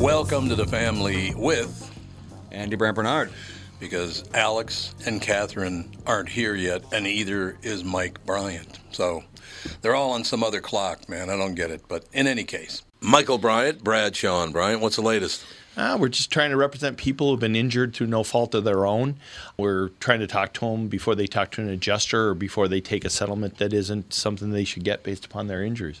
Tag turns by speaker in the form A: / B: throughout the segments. A: Welcome to the family with,
B: Andy Brant Bernard.
A: because Alex and Catherine aren't here yet, and either is Mike Bryant. So they're all on some other clock, man. I don't get it. But in any case, Michael Bryant, Brad Sean Bryant, what's the latest?
C: Uh, we're just trying to represent people who've been injured through no fault of their own. We're trying to talk to them before they talk to an adjuster or before they take a settlement that isn't something they should get based upon their injuries.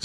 A: Is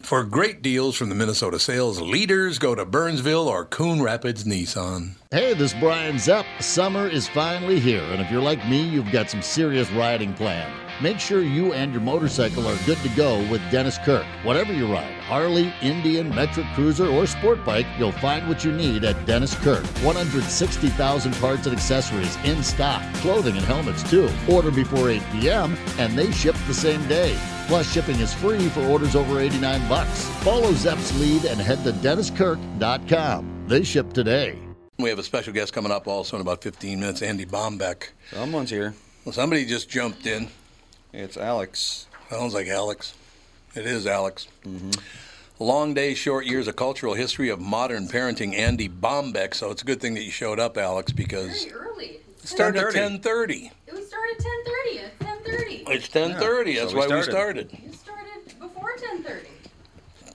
A: For great deals from the Minnesota sales leaders, go to Burnsville or Coon Rapids Nissan.
D: Hey, this is Brian Zepp. Summer is finally here, and if you're like me, you've got some serious riding planned. Make sure you and your motorcycle are good to go with Dennis Kirk. Whatever you ride Harley, Indian, Metric Cruiser, or Sport Bike you'll find what you need at Dennis Kirk. 160,000 parts and accessories in stock, clothing and helmets too. Order before 8 p.m., and they ship the same day. Plus, shipping is free for orders over 89 bucks. Follow Zepp's lead and head to DennisKirk.com. They ship today.
A: We have a special guest coming up also in about 15 minutes, Andy Bombeck.
B: Someone's here.
A: Well, somebody just jumped in.
B: It's Alex. Mm-hmm.
A: Sounds like Alex. It is Alex. Long day, short years, a cultural history of modern parenting, Andy Bombeck. So it's a good thing that you showed up, Alex, because
E: Very early.
A: it started at
B: 10:30.
A: 10.30.
E: It was started ten thirty. It's ten thirty.
A: It's 10.30.
B: Yeah,
A: That's
B: so we
A: why we
B: started.
A: started.
E: You started before ten thirty.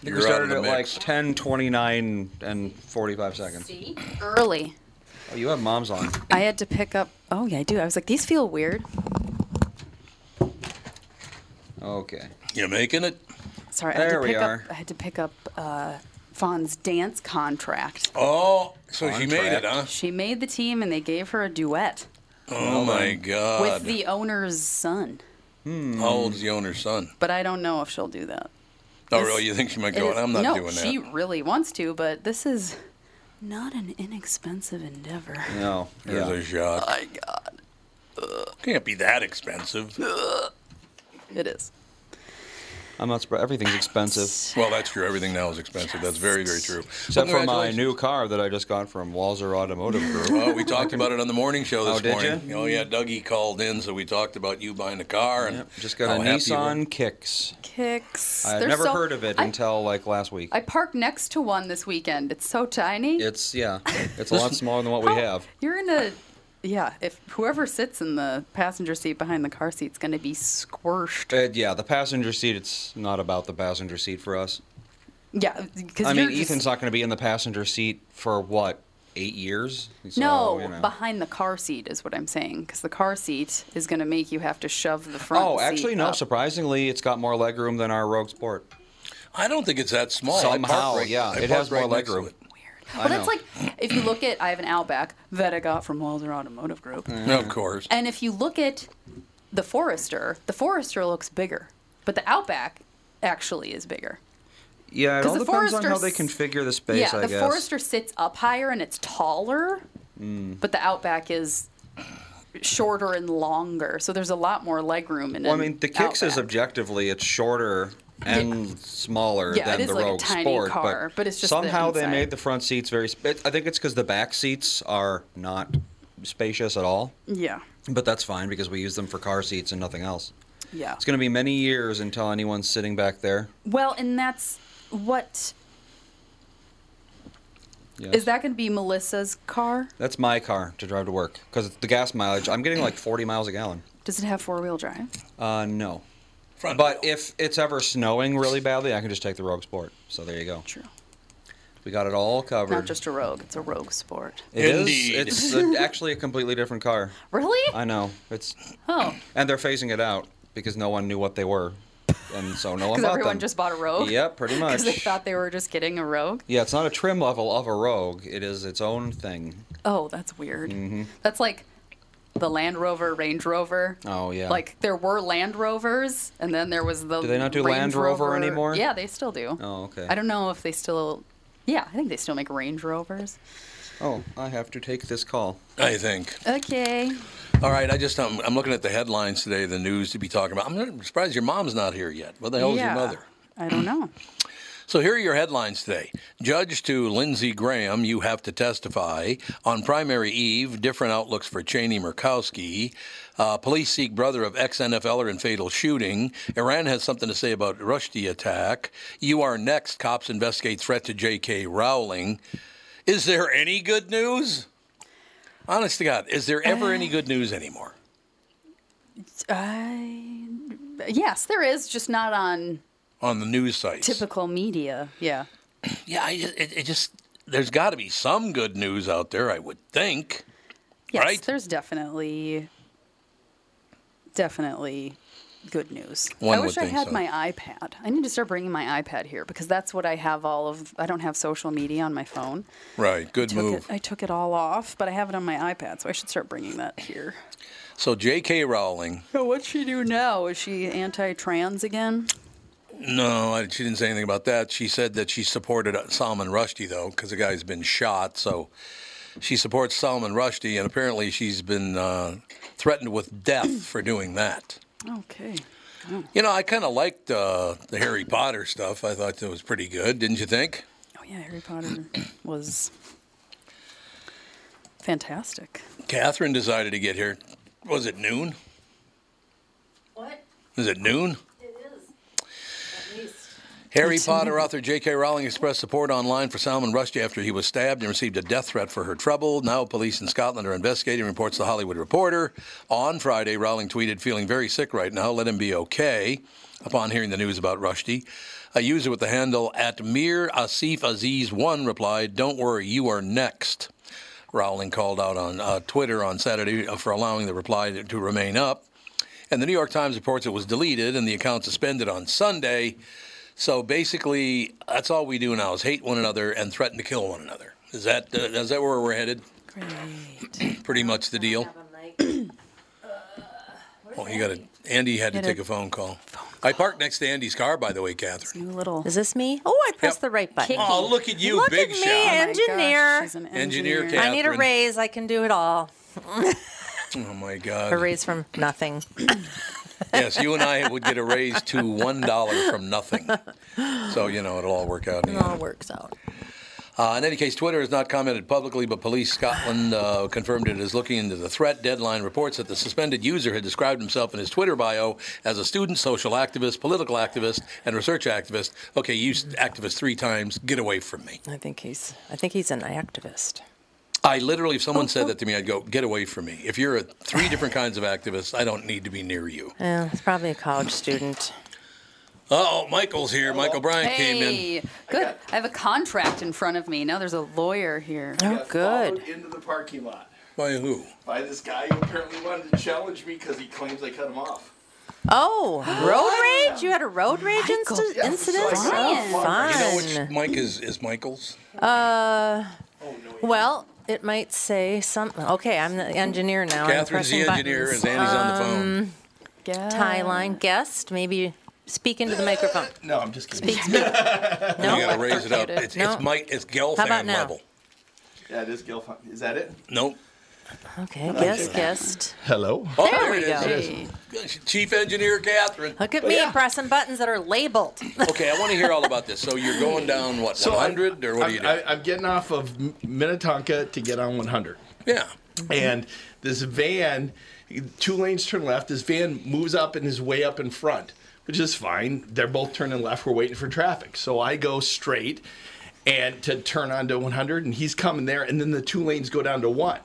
A: You're
B: we
A: out of
B: started
A: the
B: at like
A: mix.
B: 10, 29, and 45 seconds.
E: See, early.
B: Oh, you have mom's on.
E: I had to pick up. Oh yeah, I do. I was like, these feel weird.
B: Okay.
A: You're making it?
F: Sorry, I had
B: There
F: to
B: we
F: pick
B: are.
F: up. I had to pick up uh, Fawn's dance contract.
A: Oh, so she made it, huh?
B: Contract.
F: She made the team, and they gave her a duet
A: Oh, my God.
F: with the owner's son.
A: How old's the owner's son?
F: But I don't know if she'll do that.
A: Oh,
F: This-
A: really? You think she might
F: It
A: go?
F: is-
A: I'm not
F: no,
A: doing that.
F: she really wants to, but this is not an inexpensive endeavor.
B: No.
A: There's
B: Yeah.
A: a shot. My God. Can't be that expensive.
F: It is.
B: I'm not surprised. Everything's expensive.
A: Well, that's true. Everything now is expensive. That's very, very true.
B: Except
A: Well,
B: for my
A: congratulations.
B: new car that I just got from Walzer Automotive Group.
A: Well, we talked about it on the morning show this
B: Oh, did
A: morning.
B: you?
A: Oh yeah, Dougie called in, so we talked about you buying a car and
B: Yep, Just got
A: how
B: a
A: happy you were.
B: uh, Nissan Kicks.
F: Kicks.
B: I've
F: They're
B: never
F: so-
B: heard of it
F: I,
B: until like last week.
F: I parked next to one this weekend. It's so tiny.
B: It's yeah. It's a lot smaller than what we
F: How-
B: have.
F: You're in a, yeah. If whoever sits in the passenger seat behind the car seat's going to be squished.
B: Uh, yeah, the passenger seat. It's not about the passenger seat for us.
F: Yeah, because
B: I mean,
F: you're
B: Ethan's
F: just,
B: not going to be in the passenger seat for what eight years. So,
F: no
B: you know.
F: behind the car seat is what I'm saying because the car seat is going to make you have to shove the front.
B: Oh,
F: seat
B: actually, no.
F: up.
B: Surprisingly, it's got more legroom than our Rogue Sport.
A: I don't think it's that small. I parked
B: Somehow,
A: right-
B: yeah,
A: I
B: it
A: parked
B: has more
A: right next to
B: legroom.
A: it.
F: Well, that's
B: know.
F: like if you look at I have an Outback that I got from Walzer Automotive Group,
B: Mm.
A: Mm. Of course.
F: and if you look at the Forester, the Forester looks bigger, but the Outback actually is bigger.
B: Yeah, it
F: 'Cause
B: all
F: the
B: depends on how
F: Forester's-
B: they configure the space,
F: yeah,
B: I
F: the
B: guess.
F: Forester sits up higher and it's taller,
B: Hmm.
F: but the Outback is shorter and longer. So there's a lot more legroom in
B: well, I
F: an
B: mean, the kicks is
F: Outback.
B: objectively it's shorter and smaller
F: Yeah, it
B: than
F: is
B: the
F: like a
B: Rogue
F: tiny
B: Sport,
F: car,
B: but,
F: but it's just the
B: somehow they
F: inside.
B: made the front seats very. sp- It, I think it's because the back seats are not spacious at all.
F: Yeah,
B: But that's fine because we use them for car seats and nothing else.
F: yeah.
B: It's going to be many years until anyone's sitting back there.
F: Well, and that's what
B: Yes.
F: is that going to be Melissa's car?
B: That's my car to drive to work because the gas mileage. I'm getting like 40 miles a gallon.
F: Does it have four wheel drive?
B: Uh, no.
A: Front
B: But
A: wheel.
B: if it's ever snowing really badly, I can just take the Rogue Sport. So there you go.
F: True.
B: We got it all covered.
F: Not just a rogue; it's a rogue sport.
B: It is.
A: Indeed.
B: It's a, actually a completely different car.
F: Really?
B: I know. It's
F: oh,
B: and they're phasing it out because no one knew what they were, and so no one
F: because
B: bought
F: everyone
B: them.
F: just bought a rogue.
B: Yep, pretty
F: Because they
B: much.
F: thought they were just getting a rogue.
B: yeah, it's not a trim level of a Rogue. It is its own thing. Mm-hmm.
F: Oh, that's weird. That's like the Land Rover, Range Rover.
B: Oh, yeah.
F: Like there were Land Rovers, and then there was the.
B: Do they not do
F: Range
B: Land Rover anymore?
F: Yeah, they still do.
B: Oh, okay.
F: I don't know if they still. Yeah, I think they still make Range Rovers.
B: Oh, I have to take this call.
A: I think.
F: Okay.
A: All right, I just um, I'm looking at the headlines today, the news to be talking about. I'm not- surprised your mom's not here yet. What the
F: yeah.
A: hell is your mother?
F: I don't know.
A: So here are your headlines today. Judge to Lindsey Graham, you have to testify on primary eve. Different outlooks for Cheney Murkowski. Uh, police seek brother of ex NFLer er in fatal shooting. Iran has something to say about Rushdie attack. You are next. Cops investigate threat to J.K. Rowling. Is there any good news? Honest to God, is there ever any good news anymore?
F: I. Yes, there is, just not on
A: on the news sites.
F: typical media. Yeah.
A: Yeah, I, ju- it, it just there's got to be some good news out there, I would think.
F: Yes,
A: Right?
F: there's definitely, definitely good news.
A: One
F: I
A: would
F: wish I
A: think
F: had
A: so.
F: my iPad. I need to start bringing my iPad here because that's what I have all of. I don't have social media on my phone.
A: Right, good
F: Took it,
A: move.
F: I took it all off, but I have it on my iPad, so I should start bringing that here.
A: So J.K. Rowling,
F: So what's she do now? Is she anti-trans again?
A: no, I- she didn't say anything about that. She said that she supported uh, Salman Rushdie though, because the guy's been shot. So she supports Salman Rushdie, and apparently she's been uh, threatened with death for doing that.
F: Okay.
A: You know, I kind of liked uh, the Harry Potter stuff. I thought that was pretty good, didn't you think?
F: Oh yeah, Harry Potter was fantastic.
A: Catherine decided to get here. Was it noon?
E: What?
A: Is it noon?
E: It is. At least.
A: Harry Potter author J.K. Rowling expressed support online for Salman Rushdie after he was stabbed and received a death threat for her trouble. Now, police in Scotland are investigating, reports The Hollywood Reporter. On Friday, Rowling tweeted, Feeling very sick right now, let him be okay. Upon hearing the news about Rushdie, a user with the handle at Mir Asif Aziz1 replied, Don't worry, you are next. Rowling called out on uh, Twitter on Saturday for allowing the reply to remain up. And the New York Times reports it was deleted and the account suspended on Sunday. So basically, that's all we do now is hate one another and threaten to kill one another. Is that uh, is that where we're headed?
F: Great.
A: Pretty much the deal. Oh, you got to. Andy had to
F: Had a
A: take a phone call. I parked next to Andy's car, by the way, Catherine.
F: New little.
G: Is this me? Oh, I pressed
A: Yep.
G: the right button.
A: Oh, look at you,
G: Look
A: big
G: at me,
A: shot!
F: my gosh,
G: engineer.
F: she's an
A: Engineer
G: I need a
A: Catherine.
G: raise. I can do it all.
A: Oh my God!
G: A raise from nothing.
A: Yes, you and I would get a raise to one dollar from nothing. So you know it'll all work out. in
G: It
A: the end.
G: all works out.
A: Uh, in any case, Twitter has not commented publicly, but Police Scotland uh, confirmed it is looking into the threat. Deadline reports that the suspended user had described himself in his Twitter bio as a student, social activist, political activist, and research activist. Okay, you s- activist three times. Get away from me.
G: I think he's. I think he's an activist.
A: I literally, if someone said that to me, I'd go, get away from me. If you're a, three different kinds of activists, I don't need to be near you.
G: Yeah, he's probably a college student.
A: Oh, Michael's here. Michael Bryant came in.
F: Hey, good. I have a contract in front of me. Now there's a lawyer here.
G: Oh, good.
H: Followed into the parking lot
A: By who?
H: by this guy who apparently wanted to challenge me because he claims I cut him off.
G: Oh, road rage. You had a road rage inci- incident.
H: so I got
G: Oh,
A: You know
G: fun.
A: which Mike is, is Michael's?
G: Uh, well, it might say something. Okay, I'm the engineer now. I'm
A: Catherine's the
G: pressing
A: engineer,
G: buttons.
A: and Andy's on the phone.
G: Tie line guest, maybe Speak into the microphone.
H: No, I'm just kidding.
G: Speak. speak. No,
A: you got to raise it up.
G: Muted.
A: It's,
G: No.
A: it's Mike. It's Gelfand
G: How about now?
A: level.
H: Yeah, it is Gelfand. Is that it?
A: Nope.
G: Okay, guest, guest.
C: Hello.
A: Oh,
G: There
A: it
G: we
A: is.
G: go.
F: Hey.
A: Chief Engineer Catherine.
G: Look at me
A: Yeah.
G: pressing buttons that are labeled.
A: Okay, I want to hear all about this. So you're going down what 100 or what
C: I'm,
A: are you doing?
C: I, I'm getting off of M- Minnetonka to get on 100.
A: yeah.
C: and this van, two lanes turn left. This van moves up and is way up in front, which is fine. They're both turning left. We're waiting for traffic, so I go straight and to turn onto 100, and he's coming there, and then the two lanes go down to one.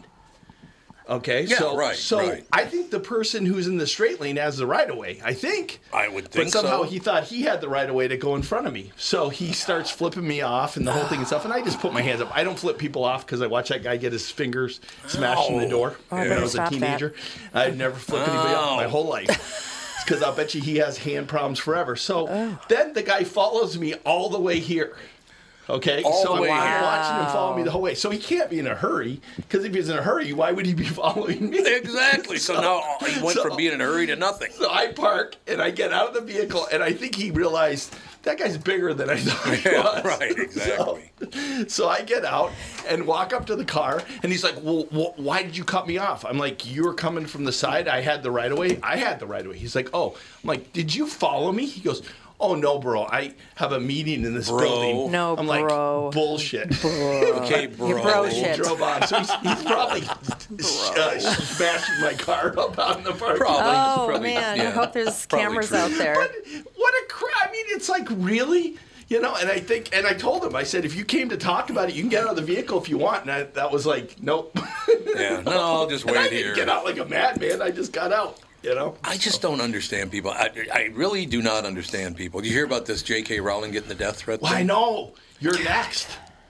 C: Okay,
A: Yeah,
C: so
A: right,
C: so
A: right.
C: I think the person who's in the straight lane has the right of way. I think
A: I would
C: but
A: think
C: somehow
A: so.
C: he thought he had the right of way to go in front of me. So he starts flipping me off and the whole thing and stuff. And I just put my hands up. I don't flip people off because I watch that guy get his fingers smashed in the
A: Ow.
C: door
G: Oh, I
C: when
G: better
C: I was a
G: stop that.
C: teenager. I'd never flip anybody off my
A: Ow.
C: whole life. Because I'll bet you he has hand problems forever. So
G: Oh.
C: then the guy follows me all the way here. Okay,
A: All
C: so
A: the way
C: I'm
A: here.
C: watching him follow me the whole way. So he can't be in a hurry because if he's in a hurry, why would he be following me?
A: Exactly. So, now he went
C: so-
A: from being in a hurry to nothing.
C: So I park and I get out of the vehicle, and I think he realized that guy's bigger than I thought he
A: Yeah,
C: was.
A: right, exactly.
C: So, so I get out and walk up to the car, and he's like, "Well, wh- why did you cut me off?" I'm like, "You were coming from the side. I had the right of way. I had the right of way." He's like, "Oh." I'm like, "Did you follow me?" He goes. Oh no, bro! I have a meeting in this
A: Bro.
C: building.
G: No,
C: I'm
G: bro.
C: like bullshit.
A: Okay, bro.
G: bro shit.
C: Drove on, so he's, he's probably uh, smashing my car up out in the parking lot.
A: Probably.
G: Oh
A: probably-
G: man, I
A: yeah,
G: hope there's
A: probably
G: cameras
A: true.
G: out there.
C: But what a cra I mean, it's like really, you know. And I think, and I told him, I said, if you came to talk about it, you can get out of the vehicle if you want. And I, that was like, nope.
A: Yeah. No, I'll just
C: and I
A: wait
C: didn't
A: here.
C: get out like a madman. I just got out. You know.
A: I just don't understand people. I, I really do not understand people. You hear about this J.K. Rowling getting the death threat?
C: Well, I
A: thing?
C: know you're next.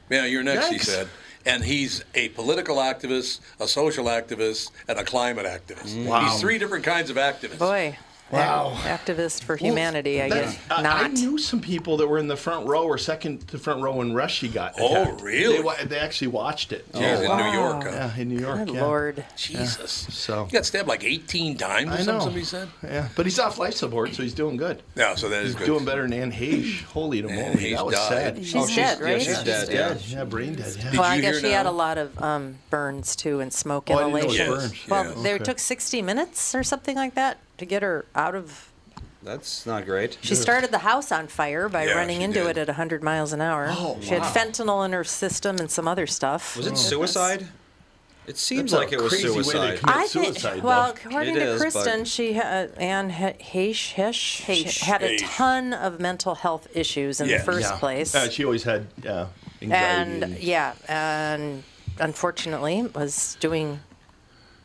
A: Yeah, you're next, he
C: Yikes.
A: said. And he's a political activist, a social activist, and a climate activist.
C: Mm. Wow.
A: He's three different kinds of activists.
G: Boy,
C: Wow.
G: activist for humanity, I
C: That's-
G: guess.
C: I- I
G: Not.
C: knew some people that were in the front row or second to front row when Rushy got.
A: Oh,
C: attacked.
A: really?
C: They, wa- they actually watched it.
A: He was in
G: Oh, wow.
A: New York. huh?
C: Yeah, in New York.
G: Good
C: yeah.
G: Lord.
A: Jesus.
C: So-
A: He got stabbed like 18 times or
C: I
A: something,
C: know.
A: somebody said.
C: Yeah, but he's off life support, so he's doing good.
A: Yeah, so that is good.
C: Doing better than Anne Hage. Holy
A: Anne
C: moly,
A: Hage
C: that was
A: died.
C: sad. Oh,
G: She's dead, right?
B: she's dead,
C: Yeah, yeah, brain dead. Yeah.
A: Did
G: well, I
A: you
G: guess
A: hear
G: she had
A: now?
G: a lot of um, burns too, and smoke
C: Oh, I didn't know it was
G: inhalation.
A: burns.
G: Well,
A: Yes.
G: they
C: Okay.
G: took 60 minutes or something like that to get her out of.
B: That's not great.
G: She started the house on fire by
A: Yeah,
G: running
A: she
G: into
A: did.
G: it at 100 miles an hour.
C: Oh,
G: she
C: wow.
G: had fentanyl in her system and some other stuff. Oh,
B: Was it suicide? It seems
C: That's a
B: like it was
C: crazy way to
B: suicide.
C: commit-
G: I think.
C: suicide, though.
G: Well, according
B: It
G: to
B: is, but-
G: Kristen, she ha- Anne H- Hesh, Hesh,
F: Heche.
G: had a
A: Heche.
G: ton of mental health issues in
A: Yeah.
G: the first
C: Yeah.
G: place.
C: Uh, she always had uh, anxiety.
G: and yeah, and unfortunately was doing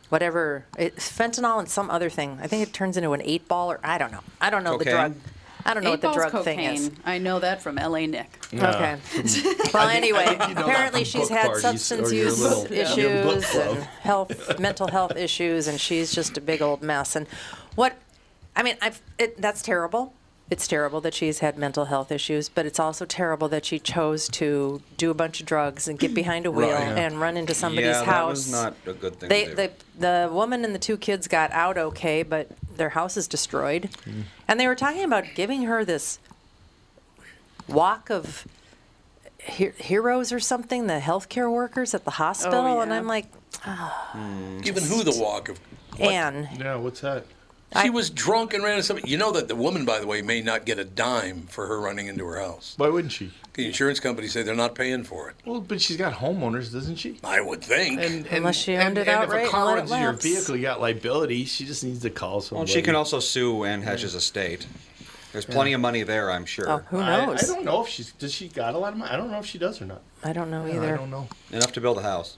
G: whatever it, fentanyl and some other thing. I think it turns into an eight ball or I don't know. I don't know the drug.
B: Cocaine?
G: I don't know
F: Eight
G: what the
F: Ball's
G: drug
F: cocaine.
G: thing is.
F: I know that from L.A. Nick.
C: Uh,
G: Okay. well, anyway,
C: think you know that
G: apparently
C: from
G: she's
C: book
G: had
C: parties
G: substance
C: or your
G: use
C: little-
G: issues
C: your book club.
G: and health, mental health issues, and she's just a big old mess. And what, I mean, I've it, that's terrible. It's terrible that she's had mental health issues, but it's also terrible that she chose to do a bunch of drugs and get behind a wheel and run into somebody's
B: yeah, that
G: house.
B: was not a good thing.
G: They,
B: to do.
G: the the woman and the two kids got out okay, but their house is destroyed,
A: Mm.
G: and they were talking about giving her this walk of he- heroes or something. The healthcare workers at the hospital, and
F: yeah.
G: I'm like,
C: Hmm.
A: Giving who the walk of.
G: Anne,
C: yeah, what's that?
A: She was drunk and ran into somebody. You know that the woman, by the way, may not get a dime for her running into her house.
C: Why wouldn't she?
A: The insurance companies say they're not paying for it.
C: Well, but she's got homeowners, doesn't she?
A: I would think.
C: And, and,
G: Unless she owned
C: and,
G: it
C: and
G: outright
C: if
G: and
C: a car
G: let it
C: runs into your
G: lapse.
C: vehicle, you got liability. She just needs to call
B: well,
C: someone.
B: she can also sue Anne Hedge's estate. There's plenty of money there, I'm sure.
G: oh, who
C: I, I
G: knows? I,
C: don't know if she's does she got a lot of money. I don't know if she does or not.
G: don't know
C: I
G: either.
C: don't know.
B: Enough to build a house.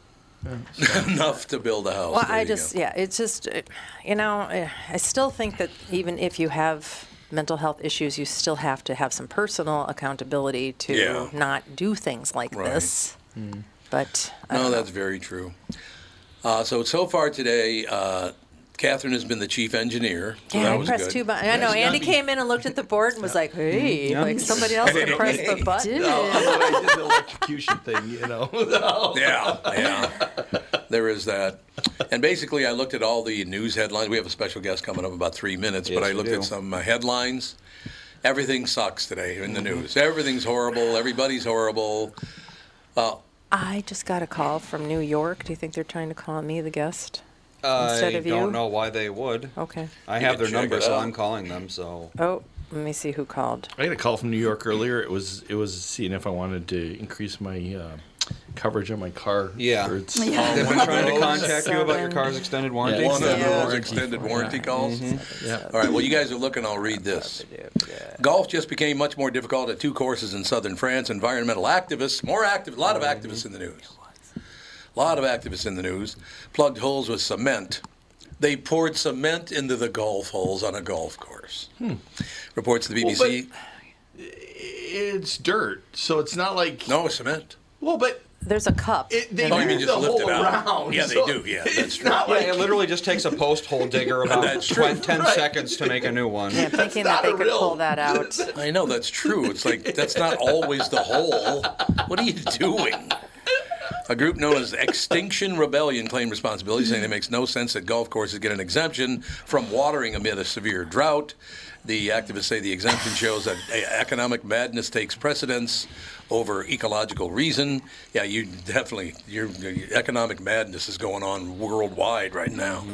A: Enough to build a house.
G: Well,
A: Oh, There
G: I
A: you
G: just,
A: go.
G: yeah, it's just, uh, you know, uh, I still think that even if you have mental health issues, you still have to have some personal accountability to
A: Yeah.
G: not do things like
A: Right. Hmm.
G: this. But I
A: No,
G: don't know.
A: that's very true. Uh, so so far today, uh, Catherine has been the chief engineer. So
G: yeah,
A: that
G: I
A: was
G: pressed
A: good.
G: two buttons. I know
C: it's
G: Andy
C: gotta be-
G: came in and looked at the board and was like, "Hey,
A: Mm-hmm.
G: like somebody else can press the button."
C: I did the electrocution thing, you know.
A: Yeah, yeah. Oh. there is that. And basically, I looked at all the news headlines. We have a special guest coming up in about three minutes, but
B: Yes,
A: I
B: we
A: looked
B: do.
A: at some uh, headlines. Everything sucks today in the news. Everything's horrible. Everybody's horrible. Uh,
G: I just got a call from New York. Do you think they're trying to call me, the guest, instead
B: I
G: of you?
B: don't know why they would.
G: Okay.
B: I
A: You
B: have
A: can
B: their
A: check
B: number,
A: it
B: so
A: out.
B: I'm calling them. So
G: Oh, let me see who called.
C: I got a call from New York earlier. It was it was seeing if I wanted to increase my uh, coverage on my car.
B: Yeah.
C: insurance.
F: Yeah.
B: they've been trying to
A: those.
B: contact you about your
G: Seven.
B: car's extended warranty.
A: One of
F: Yeah.
A: those extended warranty calls.
C: Yeah.
A: All right. Well, you guys are looking. I'll read this. Golf just became much more difficult at two courses in southern France. Environmental activists, more active, a lot of activists in the news. A lot of activists in the news plugged holes with cement. They poured cement into the golf holes on a golf course. Reports to the
C: Well,
A: BBC.
C: but- It's dirt, so it's not like
A: no cement.
C: Well, but
F: There's a cup.
C: it, they
A: Oh, you
C: move
A: mean just
C: the
A: lift
C: hole
A: it out.
C: around.
A: Yeah, they
C: so
A: do, yeah,
C: it's
A: that's true.
C: not
B: Yeah,
C: like
B: it literally just takes a post hole digger about
A: That's
B: 20, 10
C: right.
B: seconds to make a new one.
G: Yeah, I'm thinking
C: not
G: that they
C: a
G: could
C: real-
G: pull that out.
A: I know that's true. It's like that's not always the whole. What are you doing? A group known as Extinction Rebellion claimed responsibility, saying it makes no sense that golf courses get an exemption from watering amid a severe drought. The activists say the exemption shows that e- economic madness takes precedence over ecological reason. Yeah, you definitely your, your economic madness is going on worldwide right now.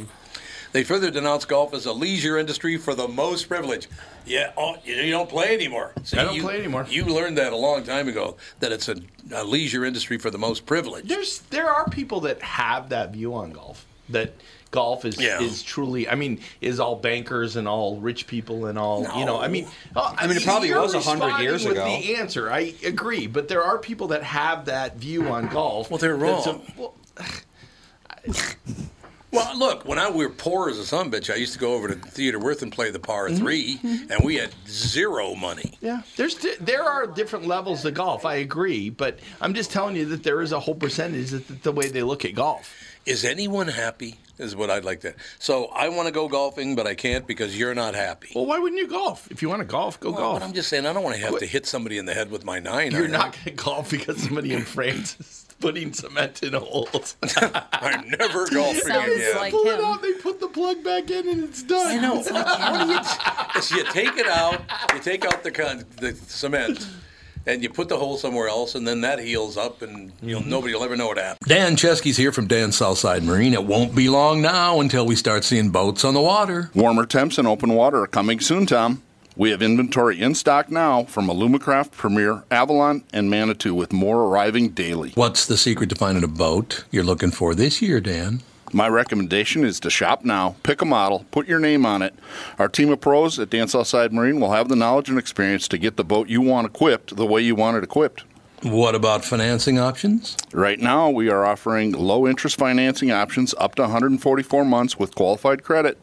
A: They further denounce golf as a leisure industry for the most privilege. Yeah, oh, you you don't play anymore. See,
C: I don't
A: you-
C: play anymore.
A: You learned that a long time ago that it's a, a leisure industry for the most privilege.
C: there's there are people that have that view on golf that golf is
A: Yeah.
C: is truly i mean is all bankers and all rich people and all you know i mean uh,
B: mean, it probably
C: you're
B: was 100 years
C: responding
B: ago.
C: with the answer i agree but there are people that have that view on golf
A: Well, they're
C: that's
A: wrong.
C: well,
A: Well, look, when I we were poor as a son bitch, I used to go over to Theater Worth and play the par
C: Mm-hmm.
A: 3 and we had zero money.
C: yeah there's di- there are different levels of golf i agree but i'm just telling you that there is a whole percentage that, that the way they look at golf
A: Is anyone happy? Is what I'd like to. So I want to go golfing, but I can't because you're not happy.
C: well why wouldn't you golf if you want to golf go
A: Well,
C: golf
A: but I'm just saying, I don't want to have to hit somebody in the head with my nine.
C: you're
A: iron.
C: not going to golf because somebody in france is putting cement in holes
A: I'm never golfing
F: Sounds
A: again.
F: like
C: pull it
F: him.
C: out, they put the plug back in, and it's done.
A: I know. What, what do you, so you take it out, you take out the con, the cement, and you put the hole somewhere else, and then that heals up, and you'll nobody will ever know what happened. Dan Chesky's here from Dan Southside Marine. It won't be long now until we start seeing boats on the water.
H: Warmer temps and open water are coming soon, Tom. We have inventory in stock now from Alumacraft, Premier, Avalon, and Manitou, with more arriving daily.
A: What's the secret to finding a boat you're looking for this year, Dan?
H: My recommendation is to shop now, pick a model, put your name on it. Our team of pros at Dan Southside Marine will have the knowledge and experience to get the boat you want equipped the way you want it equipped.
A: What about financing options?
H: Right now, we are offering low interest financing options up to 144 months with qualified credit.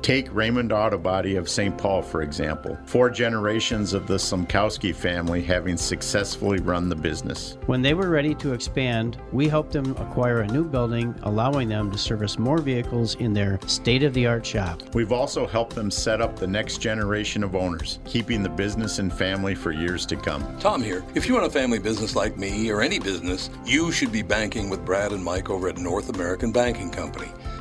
I: Take Raymond Auto Body of St. Paul, for example. Four generations of the Sumkowski family having successfully run the business.
J: When they were ready to expand, we helped them acquire a new building, allowing them to service more vehicles in their state of the art shop.
I: We've also helped them set up the next generation of owners, keeping the business and family for years to come.
A: Tom here. If you run a family business like me or any business, you should be banking with Brad and Mike over at North American Banking Company.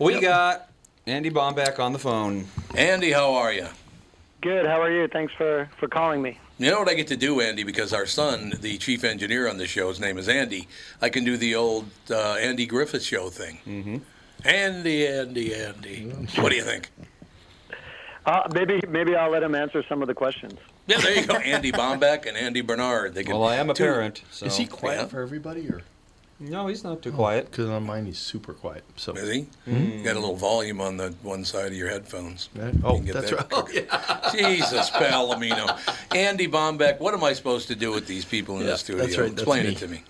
B: We got Uh, Andy Bomback on the phone.
A: Andy, how are you?
K: Good. How are you? Thanks for, for calling me.
A: You know what I get to do, Andy, because our son, the chief engineer on the show, his name is Andy, I can do the old uh, Andy Griffith show thing. Mm-hmm. Andy, Andy, Andy. What do you think?
K: Uh, maybe maybe I'll let him answer some of the questions.
A: Yeah, there you go. Andy Bombeck and Andy Bernard. They can,
B: Well, I am a
A: Dude,
B: parent, so-
A: Is he quiet
B: Yeah.
A: for everybody? Or?
B: No, he's not too quiet.
C: Because on mine, he's super quiet. So
A: Is he?
B: Mm-hmm.
C: Mhm.
A: Got a little volume on the one side of your headphones.
C: Right.
A: You can
C: Oh,
A: get
C: that's
A: that
C: right.
A: crooked. Jesus, Palomino. Andy Bombeck, what am I supposed to do with these people in
K: Yeah,
A: the
K: that's
A: studio?
K: right, that's
A: Explain
K: me.
A: it to me.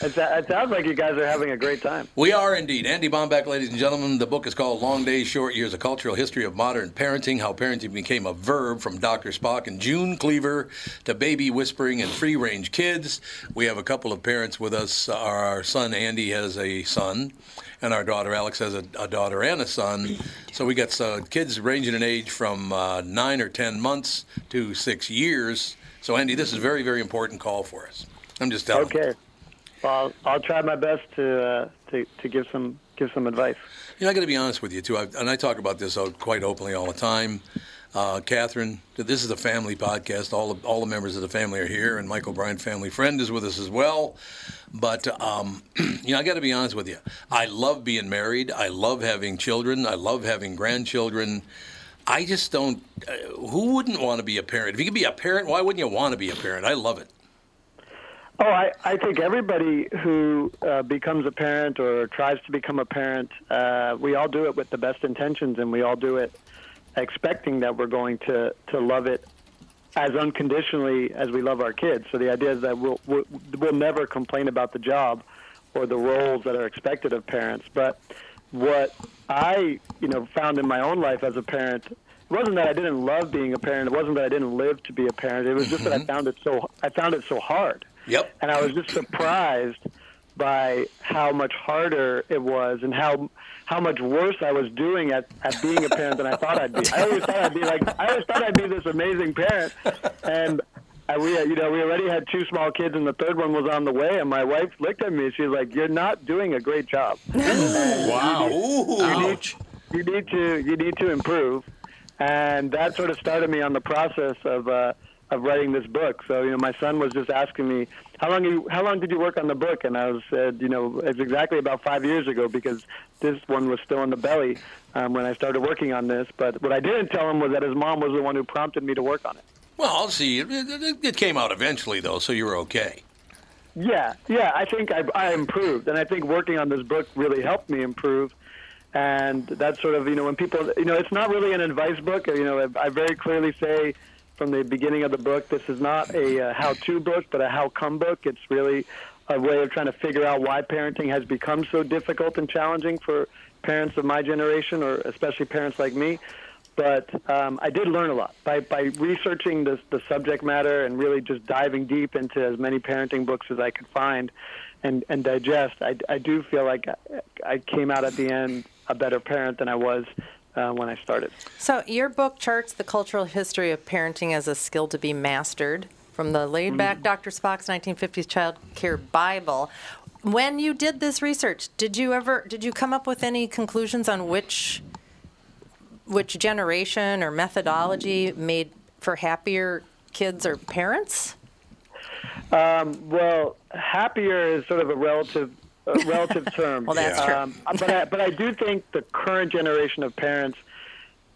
K: It, sa- it sounds like you guys are having a great time.
A: We are indeed. Andy Bombeck, ladies and gentlemen. The book is called Long Days, Short Years, A Cultural History of Modern Parenting, How Parenting Became a Verb from Dr. Spock and June Cleaver to Baby Whispering and Free Range Kids. We have a couple of parents with us. Our son Andy has a son, and our daughter Alex has a, a daughter and a son. So we got uh, kids ranging in age from uh, nine or 10 months to six years. So, Andy, this is a very, very important call for us. I'm just telling
K: Okay. Well, I'll, I'll try my best to, uh, to to give some give some advice.
A: You know, I got to be honest with you too, I, and I talk about this uh, quite openly all the time. Uh, Catherine, this is a family podcast. All the, all the members of the family are here, and Michael Bryan, family friend, is with us as well. But um, you know, I got to be honest with you. I love being married. I love having children. I love having grandchildren. I just don't. Uh, who wouldn't want to be a parent? If you could be a parent, why wouldn't you want to be a parent? I love it.
K: Oh, I, I think everybody who uh, becomes a parent or tries to become a parent, uh, we all do it with the best intentions, and we all do it expecting that we're going to, to love it as unconditionally as we love our kids. So the idea is that we'll, we'll, we'll never complain about the job or the roles that are expected of parents. But what I, you know, found in my own life as a parent, it wasn't that I didn't love being a parent. It wasn't that I didn't live to be a parent. It was just that I found it so I found it so hard.
A: Yep.
K: And I was just surprised by how much harder it was and how how much worse I was doing at, at being a parent than I thought I'd be. I always thought I'd be like I always thought I'd be this amazing parent, and I, we you know we already had two small kids and the third one was on the way and my wife looked at me and she's like you're not doing a great job.
A: Wow.
K: You need, you need to you need to improve, and that sort of started me on the process of uh, of writing this book. So you know, my son was just asking me how long you how long did you work on the book, and I was said you know it's exactly about five years ago because this one was still in the belly um, when I started working on this. But what I didn't tell him was that his mom was the one who prompted me to work on it.
A: Well, I'll see. It, it, it came out eventually, though, so you were okay.
K: Yeah, yeah. I think I, I improved, and I think working on this book really helped me improve. And that's sort of you know when people you know it's not really an advice book. You know, I, I very clearly say from the beginning of the book, this is not a uh, how-to book, but a how-come book. It's really a way of trying to figure out why parenting has become so difficult and challenging for parents of my generation, or especially parents like me but um, I did learn a lot by, by researching this, the subject matter and really just diving deep into as many parenting books as I could find and, and digest. I, I do feel like I, I came out at the end a better parent than I was uh, when I started.
G: So your book charts the cultural history of parenting as a skill to be mastered from the laid-back Dr. Spock's 1950s child care Bible. When you did this research, did you ever did you come up with any conclusions on which which generation or methodology made for happier kids or parents?
K: Um, well, happier is sort of a relative a relative term.
G: Well, that's true.
K: Um, but I, but I do think the current generation of parents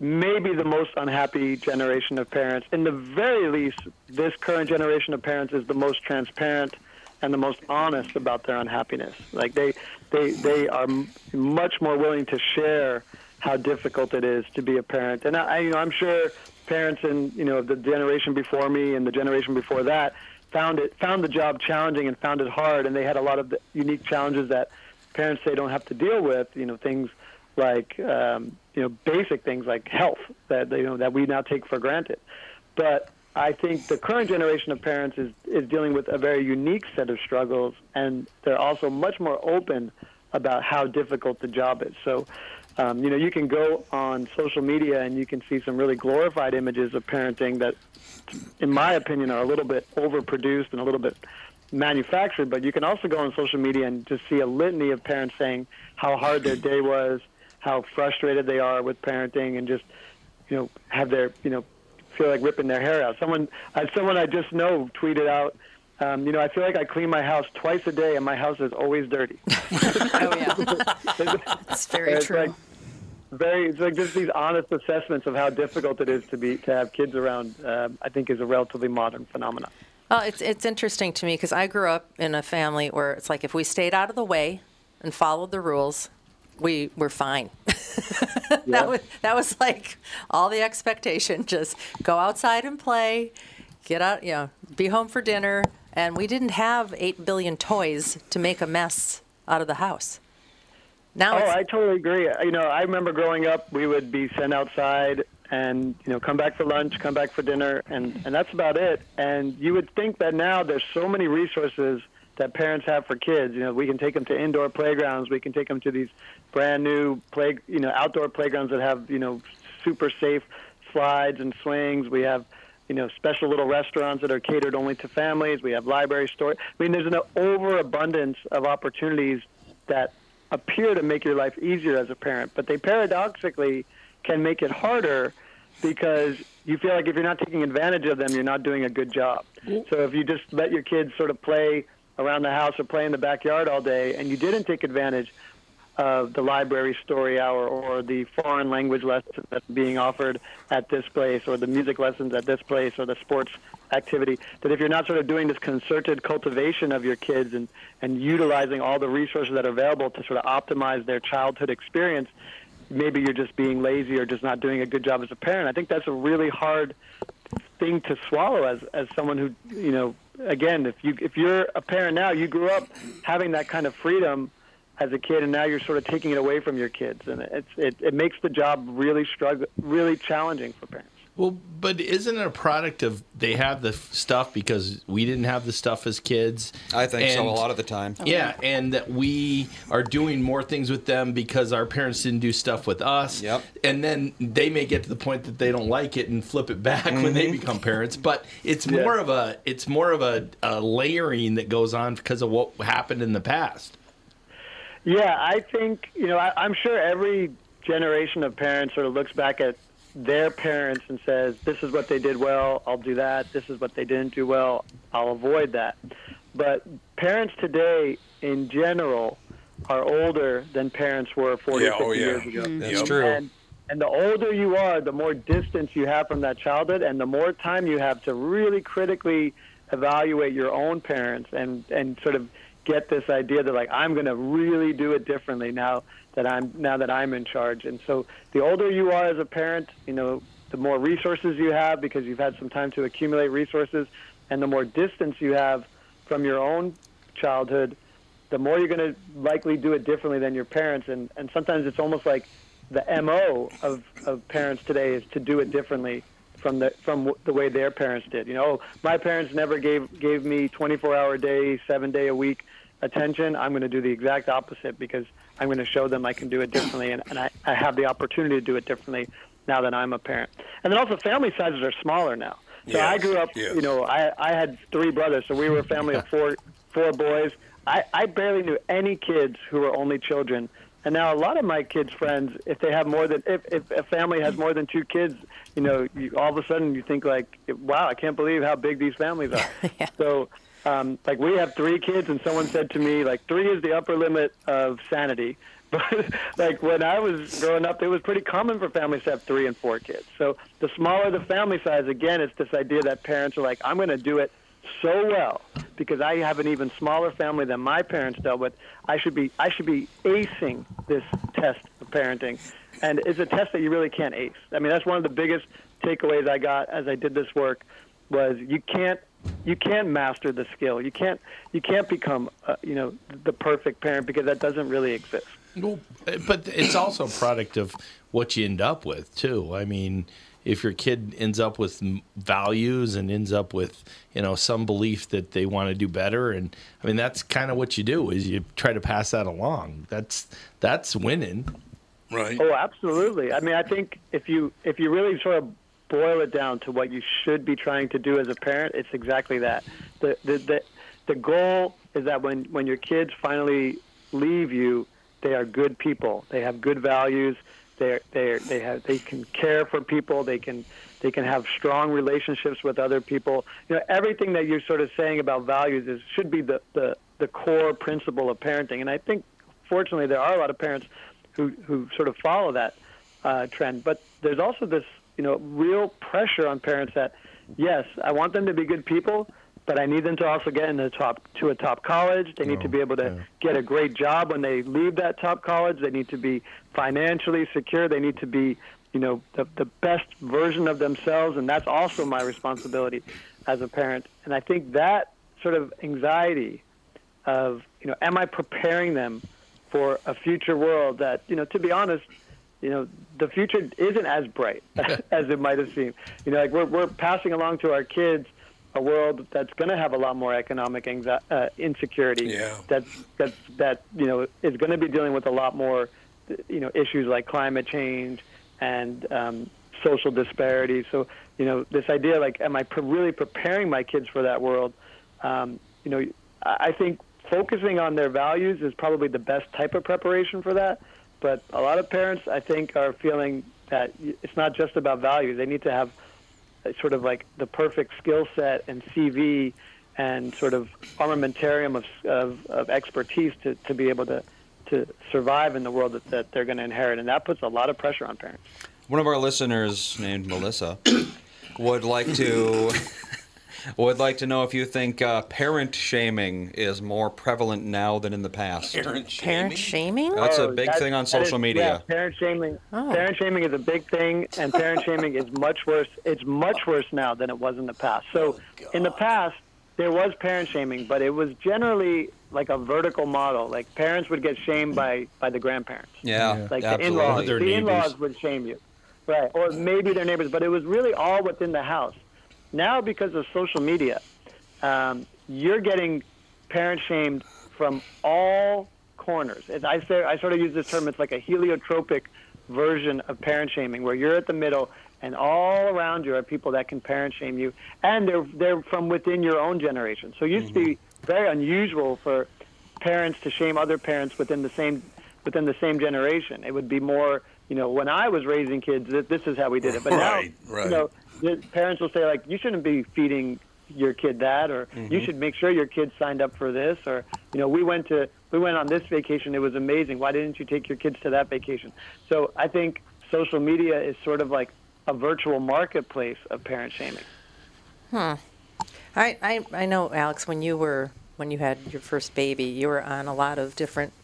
K: may be the most unhappy generation of parents. In the very least, this current generation of parents is the most transparent and the most honest about their unhappiness. Like they they they are m- much more willing to share how difficult it is to be a parent. And I, I you know I'm sure parents in you know the generation before me and the generation before that found it found the job challenging and found it hard and they had a lot of the unique challenges that parents they don't have to deal with you know things like um, you know basic things like health that you know that we now take for granted but I think the current generation of parents is, is dealing with a very unique set of struggles, and they're also much more open about how difficult the job is. So Um, you know, you can go on social media and you can see some really glorified images of parenting that, in my opinion, are a little bit overproduced and a little bit manufactured. But you can also go on social media and just see a litany of parents saying how hard their day was, how frustrated they are with parenting, and just you know have their you know feel like ripping their hair out. Someone, I, someone I just know tweeted out. Um, you know, I feel like I clean my house twice a day, and my house is always dirty.
F: It's Oh, very
K: it's
F: true.
K: Like, very, it's like just these honest assessments of how difficult it is to be to have kids around. Uh, I think is a relatively modern phenomenon.
G: Well, it's it's interesting to me because I grew up in a family where it's like if we stayed out of the way and followed the rules, we were fine. that was that was like all the expectation: just go outside and play, get out, you know, be home for dinner, and we didn't have eight billion toys to make a mess out of the house. Now
K: oh,
G: it's,
K: I totally agree. You know, I remember growing up, we would be sent outside and you know come back for lunch, come back for dinner, and and that's about it. And you would think that now there's so many resources that parents have for kids. You know, we can take them to indoor playgrounds, we can take them to these brand new play, you know, outdoor playgrounds that have you know super safe slides and swings. We have you know special little restaurants that are catered only to families. We have library stores. I mean, there's an overabundance of opportunities that appear to make your life easier as a parent, but they paradoxically can make it harder because you feel like if you're not taking advantage of them, you're not doing a good job. So if you just let your kids sort of play around the house or play in the backyard all day and you didn't take advantage of the library story hour or the foreign language lesson that's being offered at this place or the music lessons at this place or the sports activity that if you're not sort of doing this concerted cultivation of your kids and, and utilizing all the resources that are available to sort of optimize their childhood experience maybe you're just being lazy or just not doing a good job as a parent. I think that's a really hard thing to swallow as as someone who you know again if you if you're a parent now you grew up having that kind of freedom as a kid and now you're sort of taking it away from your kids and it's it, it makes the job really struggle really challenging for parents.
C: Well, but isn't it a product of they have the f- stuff because we didn't have the stuff as kids?
B: I think so, a lot of the time.
C: Yeah, and that we are doing more things with them because our parents didn't do stuff with us. Yep. And then they may get to the point that they don't like it and flip it back when they
B: Mhm.
C: become parents. But it's
B: Yeah.
C: more of a it's more of a, a layering that goes on because of what happened in the past.
K: Yeah, I think you know. I, I'm sure every generation of parents sort of looks back at their parents and says, "This is what they did well. I'll do that. This is what they didn't do well. I'll avoid that." But parents today, in general, are older than parents were 40,
B: Yeah,
K: 50
B: oh, yeah.
K: years ago.
B: Mhm. That's Yep. true.
K: And, and the older you are, the more distance you have from that childhood, and the more time you have to really critically evaluate your own parents and and sort of get this idea that like I'm going to really do it differently now that I'm now that I'm in charge. And so the older you are as a parent, you know, the more resources you have because you've had some time to accumulate resources, and the more distance you have from your own childhood, the more you're going to likely do it differently than your parents. And and sometimes it's almost like the mo of of parents today is to do it differently from the from w- the way their parents did. You know, oh, my parents never gave gave me 24-hour day, seven day a week attention. I'm going to do the exact opposite because I'm going to show them I can do it differently, and, and I, I have the opportunity to do it differently now that I'm a parent. And then also, family sizes are smaller now. So I
L: Yes,
K: grew up,
L: yes.
K: you know, I I had three brothers, so we were a family of four four boys. I, I barely knew any kids who were only children. And now a lot of my kids' friends, if they have more than, if, if a family has more than two kids, you know, you, all of a sudden you think like, wow, I can't believe how big these families are. So, um, like we have three kids, and someone said to me, like three is the upper limit of sanity. But like when I was growing up, it was pretty common for families to have three and four kids. So the smaller the family size, again, it's this idea that parents are like, I'm going to do it so well because I have an even smaller family than my parents dealt with. I should be I should be acing this test of parenting, and it's a test that you really can't ace. I mean, that's one of the biggest takeaways I got as I did this work was you can't you can't master the skill. You can't you can't become uh, you know the perfect parent because that doesn't really exist.
C: Well, eh, but it's also a product of what you end up with too. I mean, if your kid ends up with m- values and ends up with you know some belief that they want to do better, and I mean that's kind of what you do is you try to pass that along. That's that's winning.
A: Right.
K: Oh, absolutely. I mean, I think if you if you really sort of boil it down to what you should be trying to do as a parent, it's exactly that. The the the, the goal is that when when your kids finally leave you, they are good people. They have good values. They they they have they can care for people. They can they can have strong relationships with other people. You know, everything that you're sort of saying about values is should be the the the core principle of parenting. And I think fortunately there are a lot of parents who who sort of follow that uh, trend. But there's also this you know real pressure on parents that yes, I want them to be good people, but I need them to also get into top to a top college. They need to be able to get a great job when they leave that top college. They need to be financially secure. They need to be you know the the best version of themselves, and that's also my responsibility as a parent. And I think that sort of anxiety of you know am I preparing them for a future world that you know to be honest you know the future isn't as bright as it might have seemed you know like we're we're passing along to our kids a world that's going to have a lot more economic anxi- uh, insecurity
A: Yeah.
K: that's that's that you know is going to be dealing with a lot more you know issues like climate change and um, social disparity so you know this idea like am I pre- really preparing my kids for that world um, you know I I think focusing on their values is probably the best type of preparation for that. But a lot of parents, I think, are feeling that it's not just about values. They need to have a sort of like the perfect skill set and CV and sort of armamentarium of, of, of expertise to, to be able to, to survive in the world that, that they're going to inherit. And that puts a lot of pressure on parents.
B: One of our listeners named Melissa would like to would like to know if you think uh, parent shaming is more prevalent now than in the past.
G: Parent shaming?
B: That's a big thing on
K: Oh, that is-
B: social media.
K: Yeah, parent shaming. Parent shaming is a big thing, and parent shaming is much worse. It's much worse now than it was in the past. So, in the past, there was parent shaming, but it was generally like a vertical model. Like parents would get shamed by by the grandparents.
B: Yeah,
K: like the
B: absolutely.
K: in-laws. The in-laws would shame you, right? Or maybe their neighbors, but it was really all within the house. Now, because of social media, um, you're getting parent shamed from all corners. And I say, I sort of use this term. It's like a heliotropic version of parent shaming, where you're at the middle, and all around you are people that can parent shame you, and they're they're from within your own generation. So it used to be
A: Mm-hmm.
K: very unusual for parents to shame other parents within the same within the same generation. It would be more, you know, when I was raising kids, th- this is how we did it. But
A: Right,
K: now,
A: right.
K: you know, the parents will say like, you shouldn't be feeding your kid that, or you
A: Mhm.
K: should make sure your kid signed up for this, or you know, we went to we went on this vacation. It was amazing. Why didn't you take your kids to that vacation? So I think social media is sort of like a virtual marketplace of parent shaming.
G: Hmm. I, I I know Alex. When you were when you had your first baby, you were on a lot of different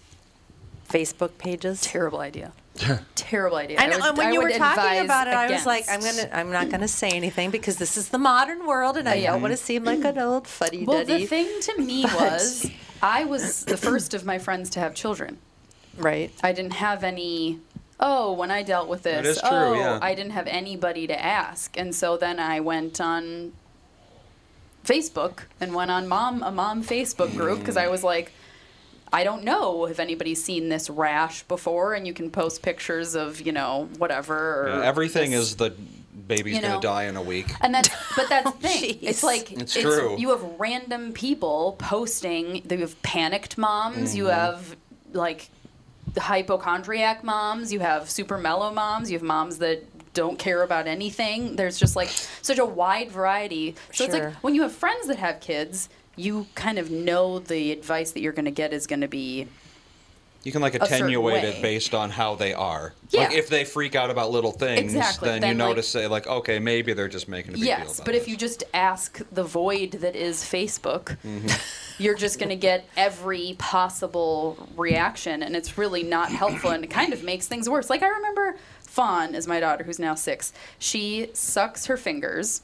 G: Facebook pages.
F: Terrible idea. Terrible idea.
G: I know.
F: would-
G: and when
F: I
G: you were
F: would
G: talking
F: advise
G: about it, I was like, I'm
F: against.
G: gonna I'm not gonna say anything because this is the modern world, and I don't want to seem like an old fuddy
F: Well, the
G: duddy.
F: thing to me
G: But-
F: was, I was the first of my friends to have children.
G: Right.
F: I didn't have any. Oh, when I dealt with this,
G: That is true,
F: oh,
G: yeah.
F: I didn't have anybody to ask, and so then I went on Facebook and went on mom a mom Facebook group because I was like, I don't know if anybody's seen this rash before, and you can post pictures of you know whatever. Or
B: Yeah, everything
F: this-
B: is the baby's
F: you know,
B: gonna die in a week.
F: and that's but that's the thing. it's like
B: It's true.
F: You have random people posting. You have panicked moms. You
B: Mhm.
F: have like hypochondriac moms. You have super mellow moms. You have moms that don't care about anything. There's just like such a wide variety. So it's
G: Sure.
F: like when you have friends that have kids, you kind of know the advice that you're going to get is going to be
B: You can like
F: a certain
B: attenuate it
F: way.
B: based on how they are. Like
F: Yeah.
B: if they freak out about little things,
F: Exactly,
B: then, you
F: then, like-
B: notice say like, okay, maybe they're just making a big deal
F: yes.
B: about
F: But if you just ask the void that is Facebook.
B: Mm-hmm.
F: you're just going to get every possible reaction, and it's really not helpful, and it kind of makes things worse. Like I remember Fawn is my daughter, who's now six. She sucks her fingers.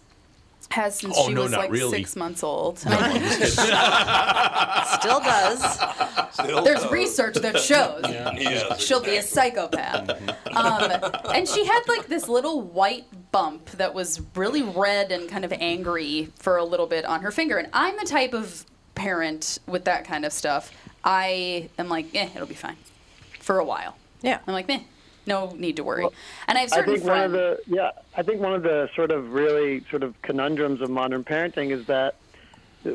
F: Has since
C: Oh,
F: she
C: no,
F: was
C: not
F: like
C: really.
F: six months old.
G: Still does.
F: There's research that shows
A: Yes.
F: she'll be a psychopath. Um, and she had like this little white bump that was really red and kind of angry for a little bit on her finger. And I'm the type of parent with that kind of stuff. I am like, eh, it'll be fine for a while.
G: Yeah.
F: I'm like, meh. no need to worry. and I have
K: I
F: certain
K: think
F: friends.
K: one of the yeah, I think one of the sort of really sort of conundrums of modern parenting is that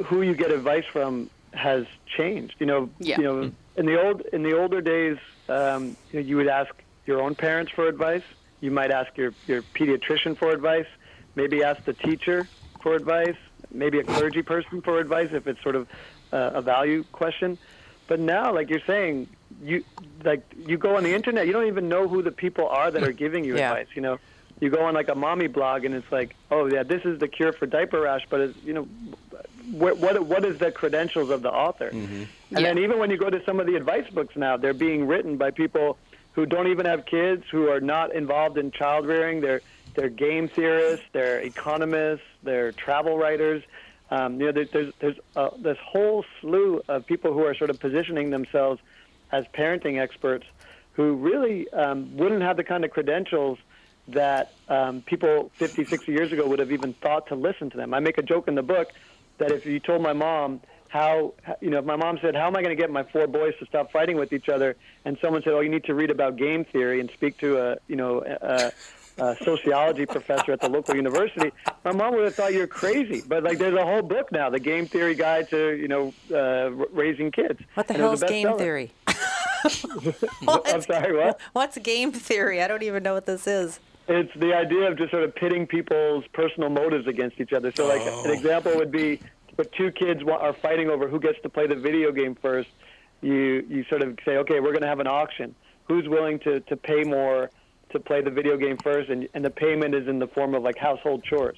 K: who you get advice from has changed. You know,
F: Yeah.
K: you know, in the old in the older days, um, you, know, you would ask your own parents for advice. You might ask your your pediatrician for advice. Maybe ask the teacher for advice. Maybe a clergy person for advice if it's sort of uh, a value question. But now, like you're saying, you like you go on the internet, you don't even know who the people are that are giving you
L: Yeah.
K: advice. You know, you go on like a mommy blog, and it's like, oh yeah, this is the cure for diaper rash. But it's, you know, what what what is the credentials of the author? And then even when you go to some of the advice books now, they're being written by people who don't even have kids, who are not involved in child rearing. They're they're game theorists, they're economists, they're travel writers. Um, you know, there, there's there's uh, this whole slew of people who are sort of positioning themselves as parenting experts who really um, wouldn't have the kind of credentials that um, people 50, 60 years ago would have even thought to listen to them. I make a joke in the book that if you told my mom how, you know, if my mom said, How am I going to get my four boys to stop fighting with each other? And someone said, Oh, you need to read about game theory and speak to a, you know, a, a sociology professor at the local university, my mom would have thought you're crazy. But, like, there's a whole book now, The Game Theory Guide to, you know, uh, r- Raising Kids.
G: What the
K: And it
G: hell
K: was
G: is
K: a
G: game
K: bestseller.
G: theory?
K: I'm sorry, what?
G: What's game theory? I don't even know what this is.
K: It's the idea of just sort of pitting people's personal motives against each other. So, like, an example would be if two kids wa- are fighting over who gets to play the video game first, you, you sort of say, okay, we're going to have an auction. Who's willing to, to pay more to play the video game first? And, and the payment is in the form of, like, household chores.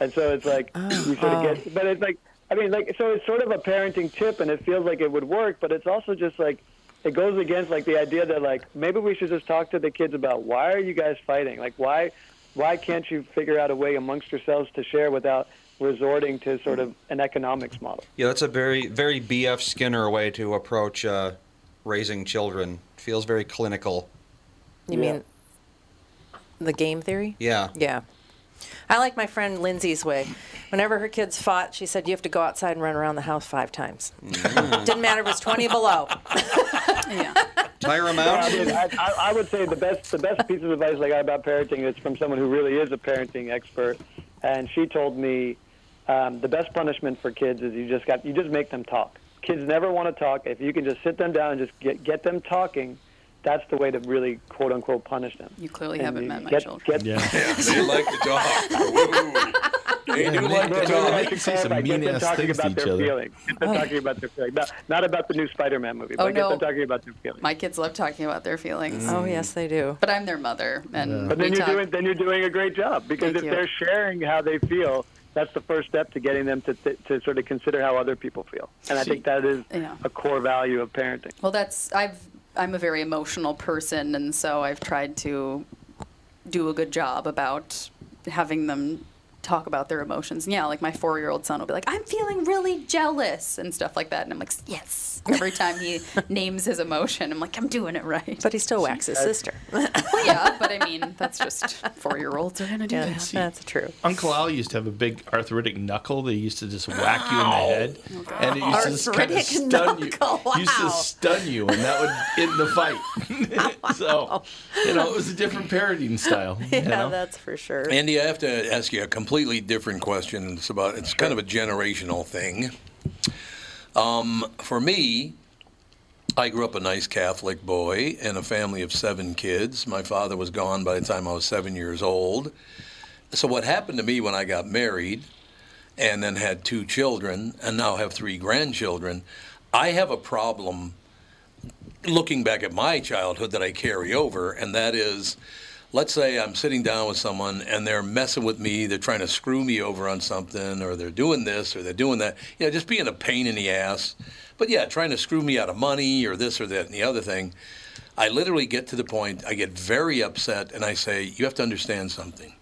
K: And so it's like, you sort of
L: Oh.
K: get, but it's like, I mean, like, so it's sort of a parenting tip, and it feels like it would work, but it's also just like, it goes against like the idea that like maybe we should just talk to the kids about why are you guys fighting? Like why why can't you figure out a way amongst yourselves to share without resorting to sort of an economics model?
B: Yeah, that's a very very B.F. Skinner way to approach uh, raising children. Feels very clinical.
G: You mean the game theory?
B: Yeah.
G: Yeah. I like my friend Lindsay's way. Whenever her kids fought, she said, You have to go outside and run around the house five times. Didn't matter if it was 20 below.
B: Tire 'em
K: Yeah,
B: out.
K: I, mean, I, I- I would say the best the best piece of advice I got about parenting is from someone who really is a parenting expert, and she told me um, the best punishment for kids is you just got you just make them talk. Kids never want to talk. If you can just sit them down and just get get them talking, that's the way to really quote unquote punish them.
F: You clearly
K: And
F: haven't
K: you
F: met my
K: get-
F: children.
K: get-
A: Yeah. they like to talk. Woo. They do like to talk.
K: Make them clarify, get them talking about their feelings. Get them talking about their feelings. Not, not about the new Spider-Man movie,
F: Oh,
K: but
F: no.
K: get them talking about their feelings.
F: My kids love talking about their feelings.
K: Oh, yes,
G: they do.
F: But I'm their mother, and
K: But then
F: we
K: you're
F: talk.
K: doing then you're doing a great job because
F: Thank
K: if
F: you.
K: they're sharing how they feel, that's the first step to getting them to to, to sort of consider how other people feel. And I
F: See.
K: think that is
F: Yeah.
K: a core value of parenting.
F: Well, that's I've I'm a very emotional person, and so I've tried to do a good job about having them talk about their emotions. And yeah, like my four year old son will be like, "I'm feeling really jealous" and stuff like that, and I'm like, "Yes." Every time he names his emotion, I'm like, "I'm doing it right."
G: But he still whacks his sister.
F: well, yeah, but I mean, that's just four year olds are gonna do
G: Yeah,
F: that.
G: see. That's true.
C: Uncle Al used to have a big arthritic knuckle. They used to just whack you in the head, and it used to just kind
G: Oh
C: of
G: Arthritic
C: stun
G: knuckle,
C: you. Used
G: wow.
C: to stun you, and that would end the fight. so, you know, it was a different parenting style.
G: Yeah,
C: you know?
G: that's for sure.
A: Andy, I have to ask you a completely different question. It's about it's kind of a generational thing. Um, for me, I grew up a nice Catholic boy in a family of seven kids. My father was gone by the time I was seven years old. So what happened to me when I got married and then had two children and now have three grandchildren, I have a problem looking back at my childhood that I carry over, and that is let's say I'm sitting down with someone and they're messing with me, they're trying to screw me over on something, or they're doing this or they're doing that, you know, just being a pain in the ass. But yeah, trying to screw me out of money or this or that and the other thing. I literally get to the point, I get very upset, and I say, You have to understand something.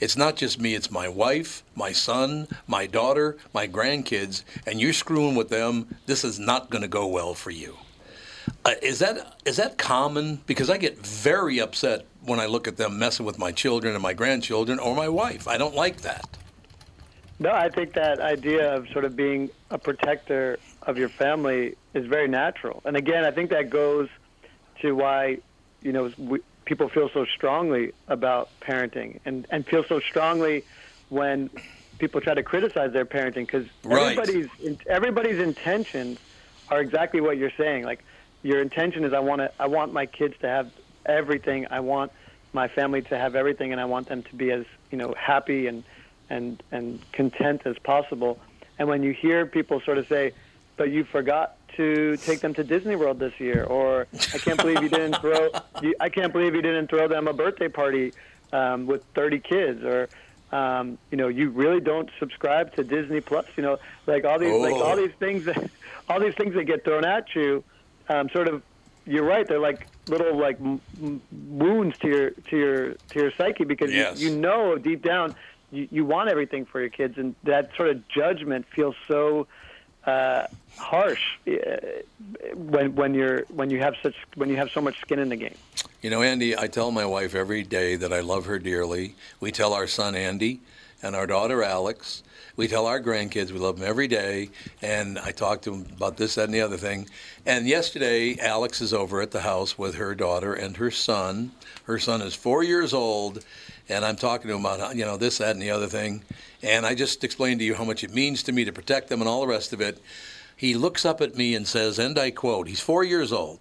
A: It's not just me, it's my wife, my son, my daughter, my grandkids, and you're screwing with them. This is not going to go well for you. Uh, is that is that common? Because I get very upset when I look at them messing with my children and my grandchildren or my wife. I don't like that.
K: No, I think that idea of sort of being a protector of your family is very natural. And again, I think that goes to why, you know, we, people feel so strongly about parenting and, and feel so strongly when people try to criticize their parenting because
L: Right.
K: everybody's, everybody's intentions are exactly what you're saying. Like your intention is I want to I want my kids to have everything. I want my family to have everything and I want them to be as, you know, happy and and and content as possible. And when you hear people sort of say, "But you forgot to take them to Disney World this year," or "I can't believe you didn't throw you, I can't believe you didn't throw them a birthday party um, with 30 kids," or um, you know, you really don't subscribe to Disney Plus. You know, like all these like
L: Oh.
K: all these things that all these things that get thrown at you, um, sort of. You're right. They're like little like m- m- wounds to your to your to your psyche because
L: Yes.
K: you, you know deep down you, you want everything for your kids, and that sort of judgment feels so uh, harsh uh, when when you're when you have such when you have so much skin in the game.
A: You know, Andy, I tell my wife every day that I love her dearly. We tell our son Andy and our daughter Alex. We tell our grandkids we love them every day. And I talk to them about this, that, and the other thing. And yesterday, Alex is over at the house with her daughter and her son. Her son is four years old. And I'm talking to him about, how, you know, this, that, and the other thing. And I just explained to you how much it means to me to protect them and all the rest of it. He looks up at me and says, and I quote, he's four years old,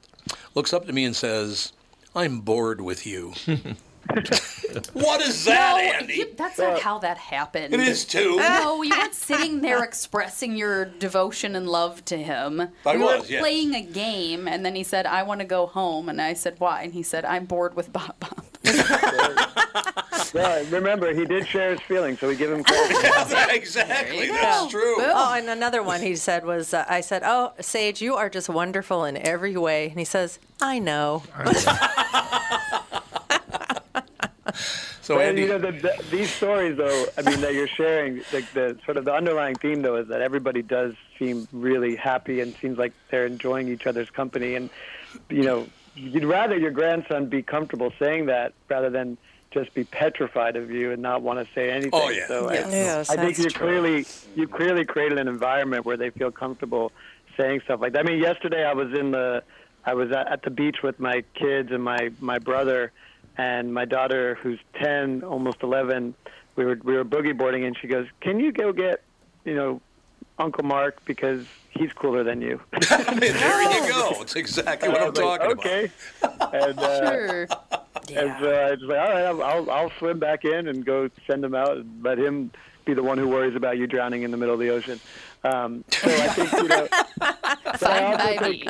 A: looks up to me and says, I'm bored with you. what is that,
F: no,
A: Andy?
F: you- that's not how that happened.
A: It is too.
F: No, you weren't sitting there expressing your devotion and love to him.
A: I
F: you
A: was,
F: were
A: yes.
F: playing a game, and then he said, "I want to go home," and I said, "Why?" And he said, "I'm bored with Bob." Bob."
K: Yeah, remember he did share his feelings, so we give him credit.
A: exactly.
G: That's true. Oh, and another one he said was, uh, I said, "Oh, Sage, you are just wonderful in every way," and he says, "I know."
A: So
K: But,
A: Andy-
K: you know, the, the, these stories, though, I mean, that you're sharing, the, the sort of the underlying theme, though, is that everybody does seem really happy and seems like they're enjoying each other's company. And you know, you'd rather your grandson be comfortable saying that rather than just be petrified of you and not want to say anything.
L: Oh, yeah.
K: So
L: Yes.
K: I,
L: Yes,
K: I think
L: that's
K: you
L: true.
K: clearly you clearly created an environment where they feel comfortable saying stuff like that. I mean, yesterday I was in the I was at, at the beach with my kids and my my brother and my daughter who's 10, almost 11. We were we were boogie boarding and she goes, "Can you go get, you know, Uncle Mark because he's cooler than you."
A: there you go. It's exactly what
K: And I
A: I'm
K: was like,
A: talking
K: okay. about. And, uh,
A: Sure.
K: And so I was like, all right, I'll- I'll, I'll swim back in and go send him out and let him be the one who worries about you drowning in the middle of the ocean. Um, so I think, you know, but I
L: Fine
K: also
L: by
K: think,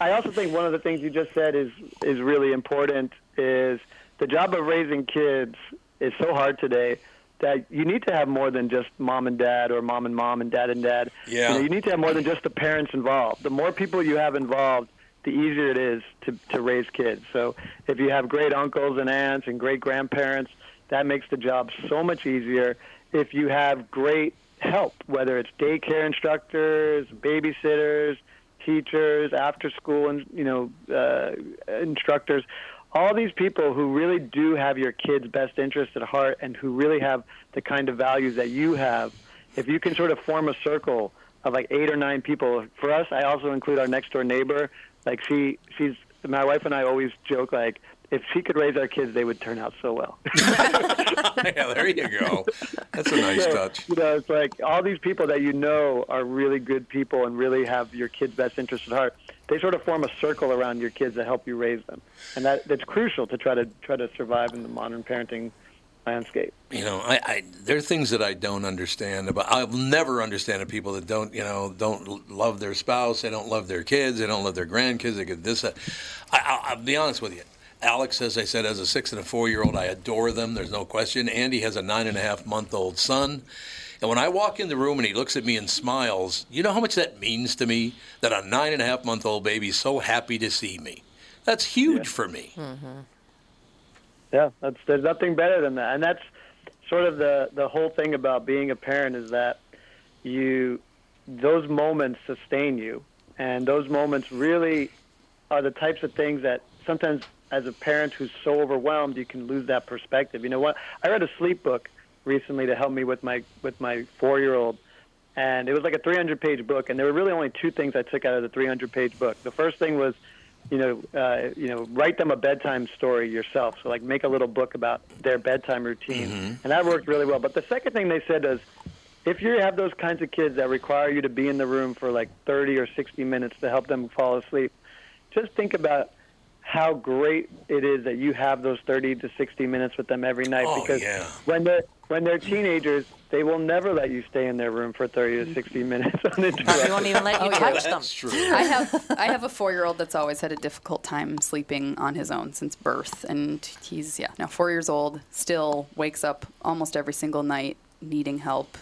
K: I also think one of the things you just said is, is really important is the job of raising kids is so hard today that you need to have more than just mom and dad or mom and mom and dad and dad.
L: Yeah.
K: You, know, you need to have more than just the parents involved. The more people you have involved, the easier it is to, to raise kids. So if you have great uncles and aunts and great grandparents, that makes the job so much easier. If you have great help, whether it's daycare instructors, babysitters, teachers, after school and you know uh, instructors, all these people who really do have your kids' best interest at heart and who really have the kind of values that you have, if you can sort of form a circle of like eight or nine people, for us, I also include our next door neighbor. Like she, she's my wife and I always joke like if she could raise our kids, they would turn out so well.
A: about. yeah, there you go. That's a nice
K: So,
A: touch.
K: You know, it's like all these people that you know are really good people and really have your kids' best interest at heart. They sort of form a circle around your kids that help you raise them, and that that's crucial to try to try to survive in the modern parenting landscape.
A: you know, I, I there are things that I don't understand about. I'll never understand the people that don't, you know, don't l- love their spouse, they don't love their kids, they don't love their grandkids. They get this. That. I, I, I'll be honest with you. Alex, as I said, as a six and a four year old, I adore them. There's no question. Andy has a nine and a half month old son. And when I walk in the room and he looks at me and smiles, you know how much that means to me that a nine and a half month old baby is so happy to see me? That's huge for me.
K: Mm-hmm. Yeah, that's there's nothing better than that, and that's sort of the the whole thing about being a parent is that you those moments sustain you, and those moments really are the types of things that sometimes as a parent who's so overwhelmed you can lose that perspective. You know what? I read a sleep book recently to help me with my with my four year old and it was like a 300 page book and there were really only two things i took out of the 300 page book the first thing was you know, uh, you know, write them a bedtime story yourself. So like, make a little book about their bedtime routine,
L: Mm-hmm.
K: and that worked really well. But the second thing they said is, if you have those kinds of kids that require you to be in the room for like 30 or 60 minutes to help them fall asleep, just think about how great it is that you have those 30 to 60 minutes with them every night
L: Oh,
K: because
L: yeah.
K: when they're when they're teenagers they will never let you stay in their room for 30
L: Mm-hmm.
K: to 60 minutes uninterrupted.
G: They won't even let you touch them.
F: I have I have a four year old that's always had a difficult time sleeping on his own since birth, and he's yeah now four years old, still wakes up almost every single night needing help.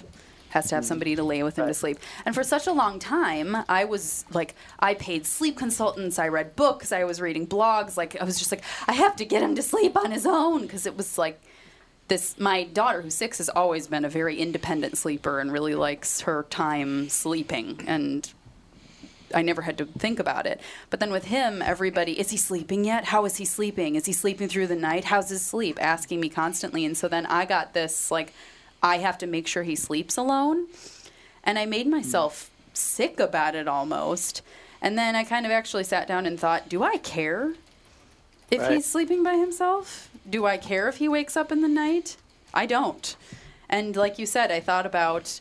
F: Has to have somebody to lay with him to sleep. And for such a long time, I was like, I paid sleep consultants, I read books, I was reading blogs. Like, I was just like, I have to get him to sleep on his own. Because it was like, this my daughter who's six has always been a very independent sleeper and really likes her time sleeping and I never had to think about it. But then with him, everybody, is he sleeping yet? How is he sleeping? Is he sleeping through the night? How's his sleep? Asking me constantly. And so then I got this like, I have to make sure he sleeps alone. And I made myself sick about it almost. And then I kind of actually sat down and thought, do I care if
L: Right.
F: he's sleeping by himself? Do I care if he wakes up in the night? I don't. And like you said, I thought about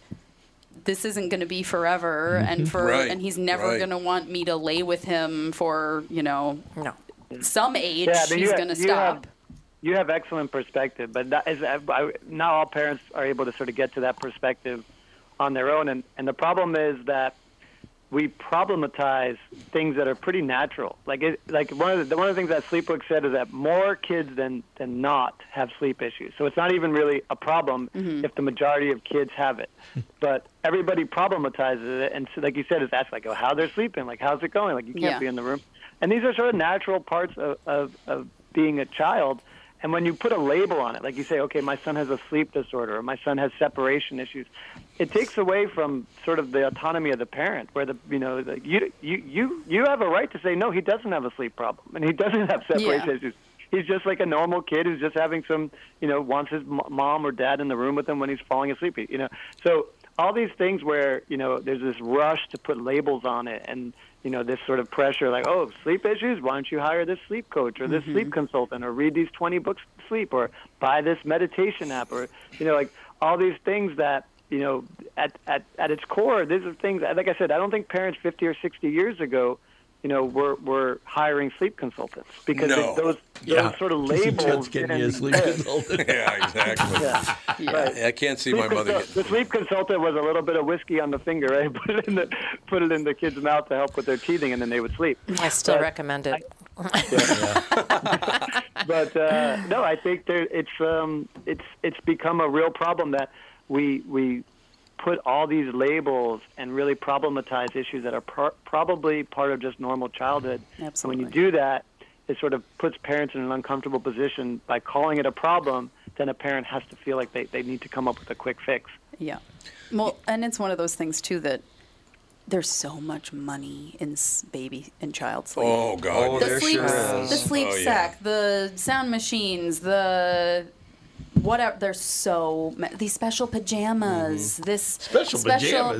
F: this isn't going to be forever and for
L: Right,
F: and he's never
L: right.
F: going to want me to lay with him for, you know,
G: no.
F: some age
K: Yeah, but you
F: he's
K: ha-
F: going to
K: you
F: stop.
K: have- you have excellent perspective, but that is, uh, I, not all parents are able to sort of get to that perspective on their own. And, and the problem is that we problematize things that are pretty natural. Like it, like one of the one of the things that Sleepbook said is that more kids than than not have sleep issues. So it's not even really a problem if the majority of kids have it. but everybody problematizes it, and so, like you said, is that's like oh, how they're sleeping, like how's it going, like you can't
L: Yeah.
K: be in the room. And these are sort of natural parts of, of, of being a child. And when you put a label on it, like you say, okay, my son has a sleep disorder or my son has separation issues, it takes away from sort of the autonomy of the parent, where the you know the, you you you you have a right to say no, he doesn't have a sleep problem and he doesn't have separation
L: Yeah.
K: issues. He's just like a normal kid who's just having some you know wants his m- mom or dad in the room with him when he's falling asleep. You know, so all these things where you know there's this rush to put labels on it and you know this sort of pressure like oh sleep issues why don't you hire this sleep coach or this sleep consultant or read these 20 books to sleep or buy this meditation app or you know like all these things that you know at at at its core these are things like i said i don't think parents 50 or 60 years ago you know were were hiring sleep consultants because
A: No.
K: those
A: Yeah.
K: those sort of
C: Ted's
K: labels
C: getting
K: didn't
C: his sleep
K: exist.
C: consultant.
A: yeah, exactly.
K: Yeah.
A: Yeah, I can't see
K: Sleep
A: my mother.
K: consult-
A: Get,
K: the sleep consultant was a little bit of whiskey on the finger, right? Put it in the put it in the kid's mouth to help with their teething, and then they would sleep.
G: I still
K: But-
G: recommend it.
K: but uh, no, I think there, it's um, it's it's become a real problem that we we put all these labels and really problematize issues that are pro- probably part of just normal childhood.
F: Absolutely.
K: And when you do that, it sort of puts parents in an uncomfortable position by calling it a problem. Then a parent has to feel like they, they need to come up with a quick fix.
F: Yeah. Well, and it's one of those things too that there's so much money in s- baby and child sleep.
A: Oh, God, Oh,
F: the
A: there
F: sleep,
A: sure is.
F: the sleep
A: Oh, yeah.
F: sack, the sound machines, the whatever. There's so ma- these special pajamas. This special,
B: Oh
F: Yeah.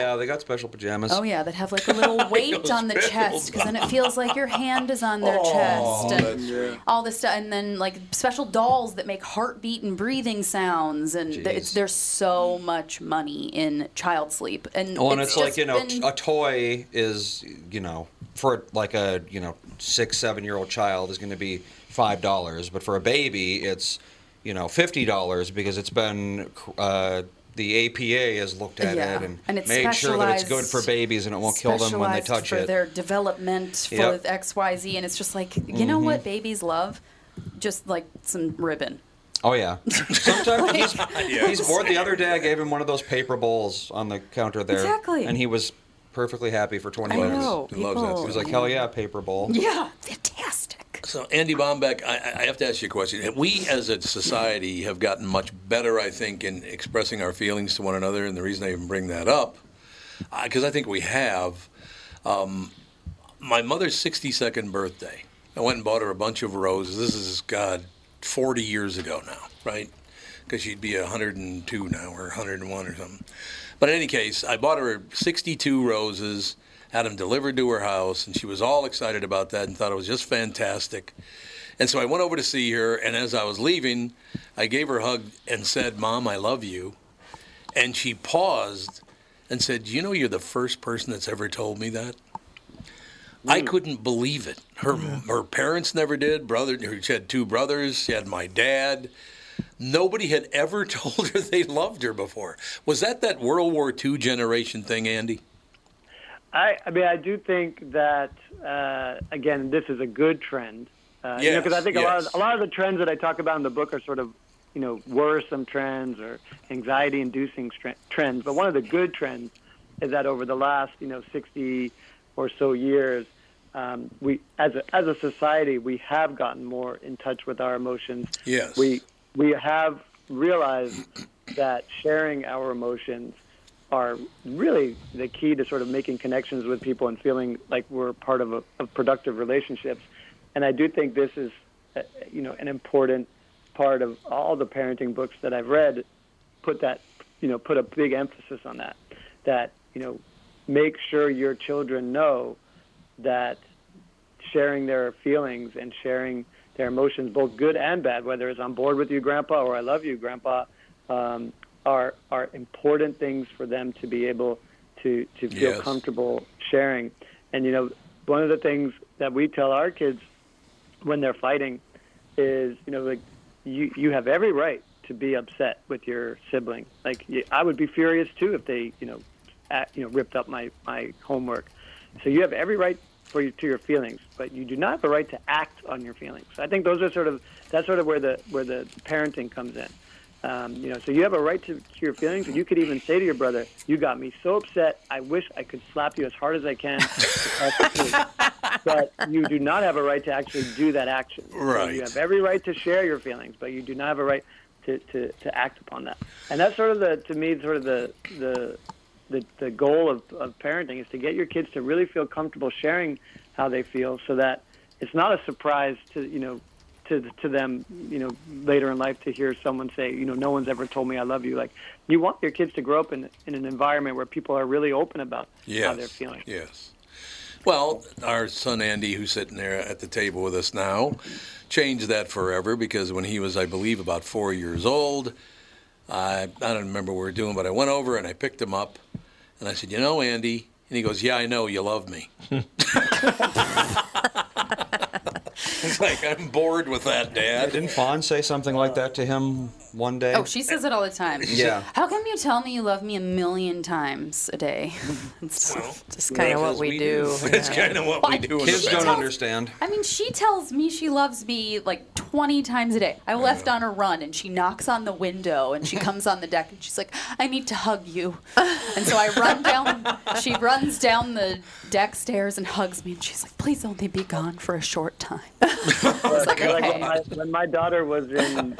B: yeah, they got special pajamas.
F: Oh yeah, that have like a little weight on the chest because then it feels like your hand is on their chest and all this stuff, and then like special dolls that make heartbeat and breathing sounds, and th- it's, there's so much money in child sleep, and
B: Well, Oh, and
F: it's,
B: it's, like
F: just
B: you know,
F: been-
B: a toy is you know for like a you know six seven year old child is going to be five dollars, but for a baby it's you know fifty dollars because it's been uh, the APA has looked at
F: Yeah,
B: it and,
F: and it's
B: made sure that it's good for
F: specialized-
B: babies and it won't kill them when they
F: specialized
B: touch
F: for
B: it.
F: their development for
B: Yep.
F: X Y Z, and it's just like you know
B: Mhm.
F: what babies love, just like some ribbon.
B: Oh yeah. Sometimes he's, he's bored. The other day I gave him one of those paper bowls on the counter there,
F: Exactly.
B: and he was perfectly happy for twenty
F: I
B: minutes.
F: know, He loves that people-
B: He was like, hell yeah, paper bowl.
F: Yeah, fantastic.
A: so, Andy Bombeck, I, I- I have to ask you a question. We as a society have gotten much better, I think, in expressing our feelings to one another. And the reason I even bring that up, because I think we have. Um, my mother's 62nd birthday, I went and bought her a bunch of roses. This is, God, 40 years ago now, right? Because she'd be 102 now or 101 or something. But in any case, I bought her 62 roses had them delivered to her house, and she was all excited about that and thought it was just fantastic. And so I went over to see her, and as I was leaving, I gave her a hug and said, Mom, I love you. And she paused and said, You know, you're the first person that's ever told me that. I couldn't believe it. Her her parents never did. Brother, she had two brothers. She had my dad. Nobody had ever told her they loved her before. Was that that World War II generation thing, Andy?
K: I, I mean, I do think that uh, again, this is a good trend. Uh, you know,
A: Yes,
K: because I think a lot
A: yes.
K: of a lot of the trends that I talk about in the book are sort of, you know, worrisome trends or anxiety-inducing stre- trends. But one of the good trends is that over the last, you know, 60 or so years, um, we as a, as a society we have gotten more in touch with our emotions.
A: Yes.
K: We we have realized that sharing our emotions are really the key to sort of making connections with people and feeling like we're part of a of productive relationships. And I do think this is, uh, you know, an important part of all the parenting books that I've read. Put that, you know, put a big emphasis on that. That you know, make sure your children know that sharing their feelings and sharing their emotions, both good and bad, whether it's I'm bored with you, Grandpa, or I love you, Grandpa, um, are are important things for them to be able to to feel
L: Yes.
K: comfortable sharing. And you know, one of the things that we tell our kids when they're fighting is, you know, like you you have every right to be upset with your sibling. Like y- I would be furious too if they, you know, at, you know, ripped up my my homework. So you have every right for you, to your feelings, but you do not have a right to act on your feelings. I think those are sort of that's sort of where the where the parenting comes in. Um, you know, so you have a right to, to your feelings, and you could even say to your brother, "You got me so upset. I wish I could slap you as hard as I can." but you do not have a right to actually do that action. So
A: Right.
K: you have every right to share your feelings, but you do not have a right to, to, to act upon that. And that's sort of the to me sort of the the the, the goal of, of parenting is to get your kids to really feel comfortable sharing how they feel so that it's not a surprise to you know to to them you know later in life to hear someone say you know no one's ever told me I love you like you want your kids to grow up in in an environment where people are really open about how
A: Yes.
K: they're feeling.
A: Yes. Well, our son Andy, who's sitting there at the table with us now, changed that forever because when he was, I believe, about four years old, I, I don't remember what we were doing, but I went over and I picked him up and I said, You know, Andy? And he goes, Yeah, I know, you love me. It's like, I'm bored with that, Dad.
B: Didn't Fawn say something like that to him one day?
F: Oh, she says it all the time.
B: Yeah.
F: How come you tell me you love me a million times a day? it's just
B: kinda what we do,
A: That's
B: yeah.
A: kind of what
F: Well,
A: we do. in the
B: Kids don't
A: family.
B: understand.
F: I mean, she tells me she loves me like 20 times a day. I left on a run and she knocks on the window and she comes on the deck and she's like, I need to hug you. And so I run down, she runs down the deck stairs and hugs me and she's like, please only be gone for a short time.
K: Like when, my, when my daughter was in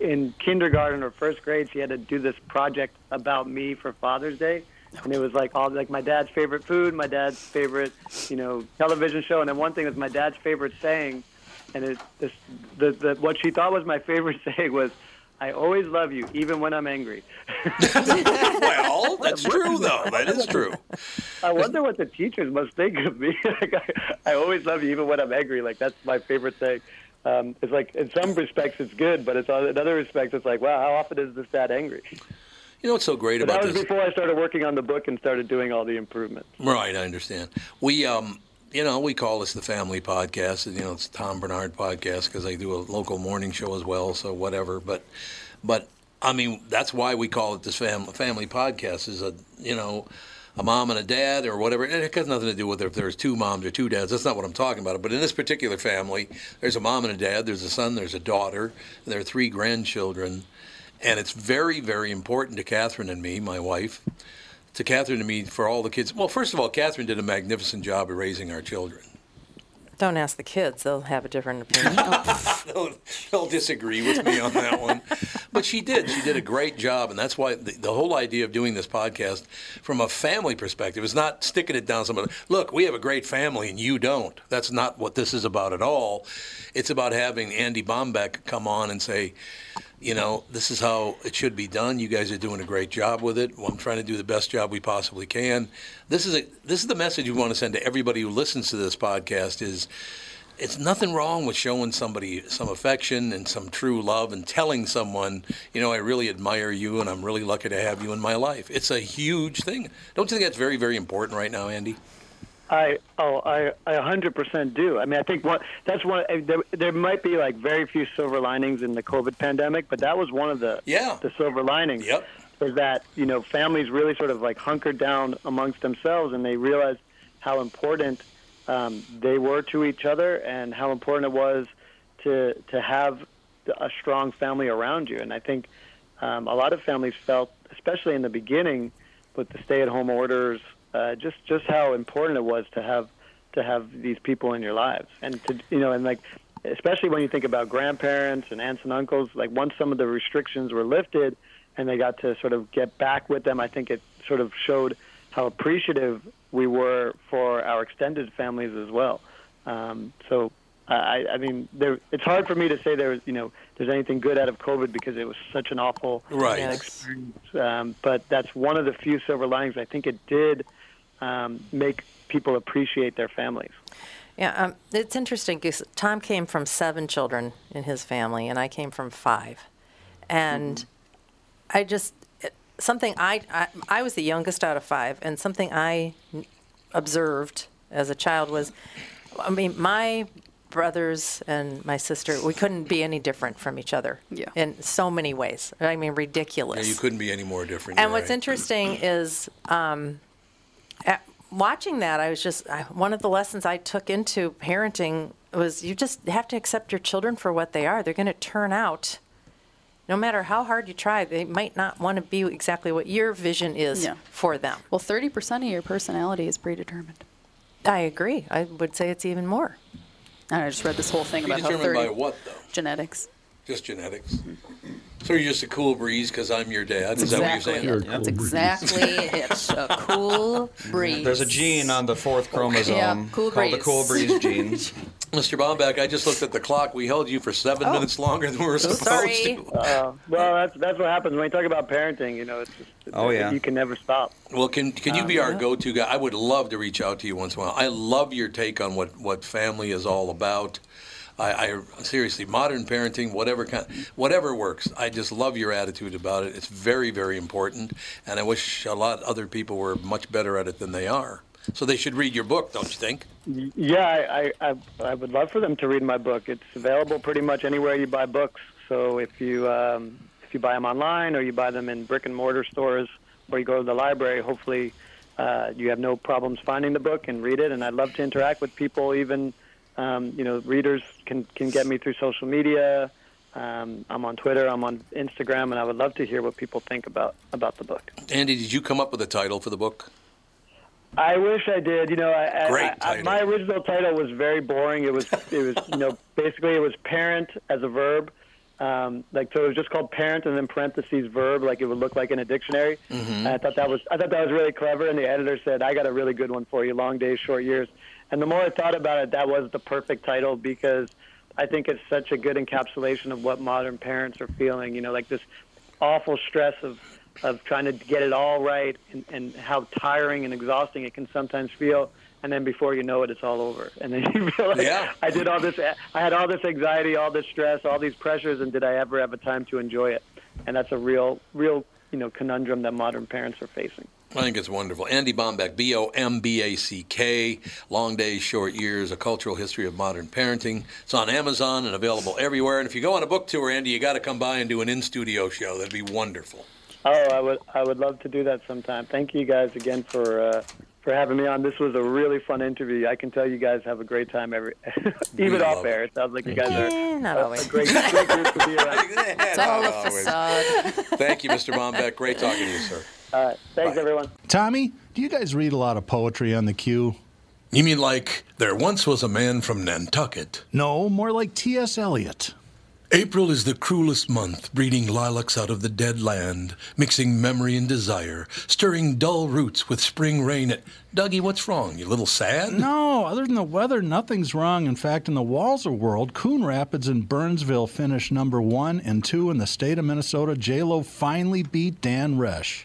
K: in kindergarten or first grade, she had to do this project about me for Father's Day, and it was like all like my dad's favorite food, my dad's favorite you know television show, and then one thing was my dad's favorite saying, and it this the, the what she thought was my favorite saying was. I always love you, even when I'm angry.
A: well, that's true, though. That is true.
K: I wonder what the teachers must think of me. like I, I always love you, even when I'm angry. Like that's my favorite thing. Um, it's like in some respects it's good, but it's in other respects it's like, wow, how often is this dad angry?
A: You know what's so great
K: But
A: about
K: that was
A: this?
K: before I started working on the book and started doing all the improvements.
A: Right, I understand. We, um, you know, we call this the family podcast. and, You know, it's Tom Bernard podcast because I do a local morning show as well. So whatever, but, but I mean, that's why we call it this family family podcast. Is a you know. A mom and a dad, or whatever, and it has nothing to do with if there's two moms or two dads. That's not what I'm talking about. But in this particular family, there's a mom and a dad, there's a son, there's a daughter, and there are three grandchildren. And it's very, very important to Catherine and me, my wife, to Catherine and me for all the kids. Well, first of all, Catherine did a magnificent job of raising our children.
G: Don't ask the kids; they'll have a different opinion.
A: they'll, they'll disagree with me on that one. But she did. She did a great job. And that's why the, the whole idea of doing this podcast from a family perspective is not sticking it down somebody. Look, we have a great family and you don't. That's not what this is about at all. It's about having Andy Bombeck come on and say, you know, this is how it should be done. You guys are doing a great job with it. I'm trying to do the best job we possibly can. This is a, this is the message we want to send to everybody who listens to this podcast is it's nothing wrong with showing somebody some affection and some true love and telling someone, you know, I really admire you and I'm really lucky to have you in my life. It's a huge thing. Don't you think that's very, very important right now, Andy?
K: I oh I I 100% do. I mean I think one that's one I- there, there might be like very few silver linings in the COVID pandemic, but that was one of the
A: yeah.
K: the silver linings.
A: Yep.
K: Is that you know families really sort of like hunkered down amongst themselves and they realized how important um, they were to each other and how important it was to to have a strong family around you. And I think um, a lot of families felt, especially in the beginning, with the stay-at-home orders, uh, just just how important it was to have to have these people in your lives, and to you know, and like especially when you think about grandparents and aunts and uncles, like once some of the restrictions were lifted, and they got to sort of get back with them, I think it sort of showed how appreciative we were for our extended families as well. Um, so I, I mean, there, it's hard for me to say there was, you know, there's anything good out of COVID because it was such an awful
A: Right.
K: experience. Um, but that's one of the few silver linings. I think it did um, make people appreciate their families.
G: Yeah, um, it's interesting because Tom came from seven children in his family, and I came from five. And I just, it- something I, I, I was the youngest out of five, and something I n- observed as a child was I mean, my brothers and my sister, we couldn't be any different from each other yeah. in so many ways. I mean, ridiculous.
A: Yeah, you couldn't be any more different.
G: And
A: you're
G: what's
A: right.
G: interesting is um, at, watching that, I was just I, one of the lessons I took into parenting was you just have to accept your children for what they are. They're going to turn out. No matter how hard you try, they might not want to be exactly what your vision is
F: Yeah.
G: for them.
F: Well, 30% of your personality is predetermined.
G: I agree. I would say it's even more.
F: I just read this whole thing about how
A: Predetermined
F: 30
A: by what, though?
F: genetics.
A: Just genetics. So you're just a cool breeze because I'm your dad. Is that what you're saying?
F: Exactly. That's exactly it. A cool breeze.
B: There's a gene on the fourth chromosome
F: Yeah, cool
B: called the
F: breeze.
B: cool breeze gene.
A: Mr. Bombeck, I just looked at the clock. We held you for seven
K: Oh.
A: minutes longer than we were supposed to.
K: Uh, well, that's that's what happens when you talk about parenting. You know, it's just,
A: Oh, yeah.
K: you can never stop.
A: Well, can can you be our go-to guy? I would love to reach out to you once in a while. I love your take on what, what family is all about. I, I seriously, modern parenting, whatever kind, whatever works. I just love your attitude about it. It's very, very important, and I wish a lot other people were much better at it than they are. So they should read your book, don't you think?
K: Y- Yeah, I, I, I, I would love for them to read my book. It's available pretty much anywhere you buy books. So if you um, if you buy them online or you buy them in brick and mortar stores or you go to the library, hopefully uh, you have no problems finding the book and read it. And I'd love to interact with people. Even um, you know, readers can can get me through social media. Um, I'm on Twitter. I'm on Instagram, and I would love to hear what people think about about the book.
A: Andy, did you come up with a title for the book?
K: I wish I did. You know, I, I-
A: Great
K: I, I, my original title was very boring. It was, it was, you know, basically it was parent as a verb. Um, like so, it was just called parent and then parentheses verb, like it would look like in a dictionary.
G: Mm-hmm.
K: And I thought that was, I thought that was really clever. And the editor said, "I got a really good one for you: long days, short years." And the more I thought about it, that was the perfect title because I think it's such a good encapsulation of what modern parents are feeling. You know, like this awful stress of of trying to get it all right and, and how tiring and exhausting it can sometimes feel. And then before you know it, it's all over. And then you feel like
A: Yeah.
K: I did all this, I had all this anxiety, all this stress, all these pressures, and did I ever have a time to enjoy it? And that's a real, real, you know, conundrum that modern parents are facing.
A: I think it's wonderful. Andy Bombeck, B O M B A C K, Long Days, Short Years, A Cultural History of Modern Parenting. It's on Amazon and available everywhere. And if you go on a book tour, Andy, you got to come by and do an in studio show. That'd be wonderful.
K: Oh, I would, I would love to do that sometime. Thank you guys again for. Uh, for having me on, this was a really fun interview. I can tell you guys have a great time every, even off air. It sounds like you guys are
G: Eh, not
K: a- a
G: always.
K: great, great group to be around.
A: That's
G: all a
A: not always.
G: facade.
A: Thank you, Mr. Bombeck. Great talking to you, sir.
K: All right. Thanks, everyone.
M: Tommy, do you guys read a lot of poetry on the queue?
A: You mean like there once was a man from Nantucket?
M: No, more like T.S. Eliot.
A: April is the cruelest month, breeding lilacs out of the dead land, mixing memory and desire, stirring dull roots with spring rain. At Dougie, what's wrong? You a little sad?
M: No, other than the weather, nothing's wrong. In fact, in the Walzer world, Coon Rapids and Burnsville finished number one and two in the state of Minnesota. J-Lo finally beat Dan Resch.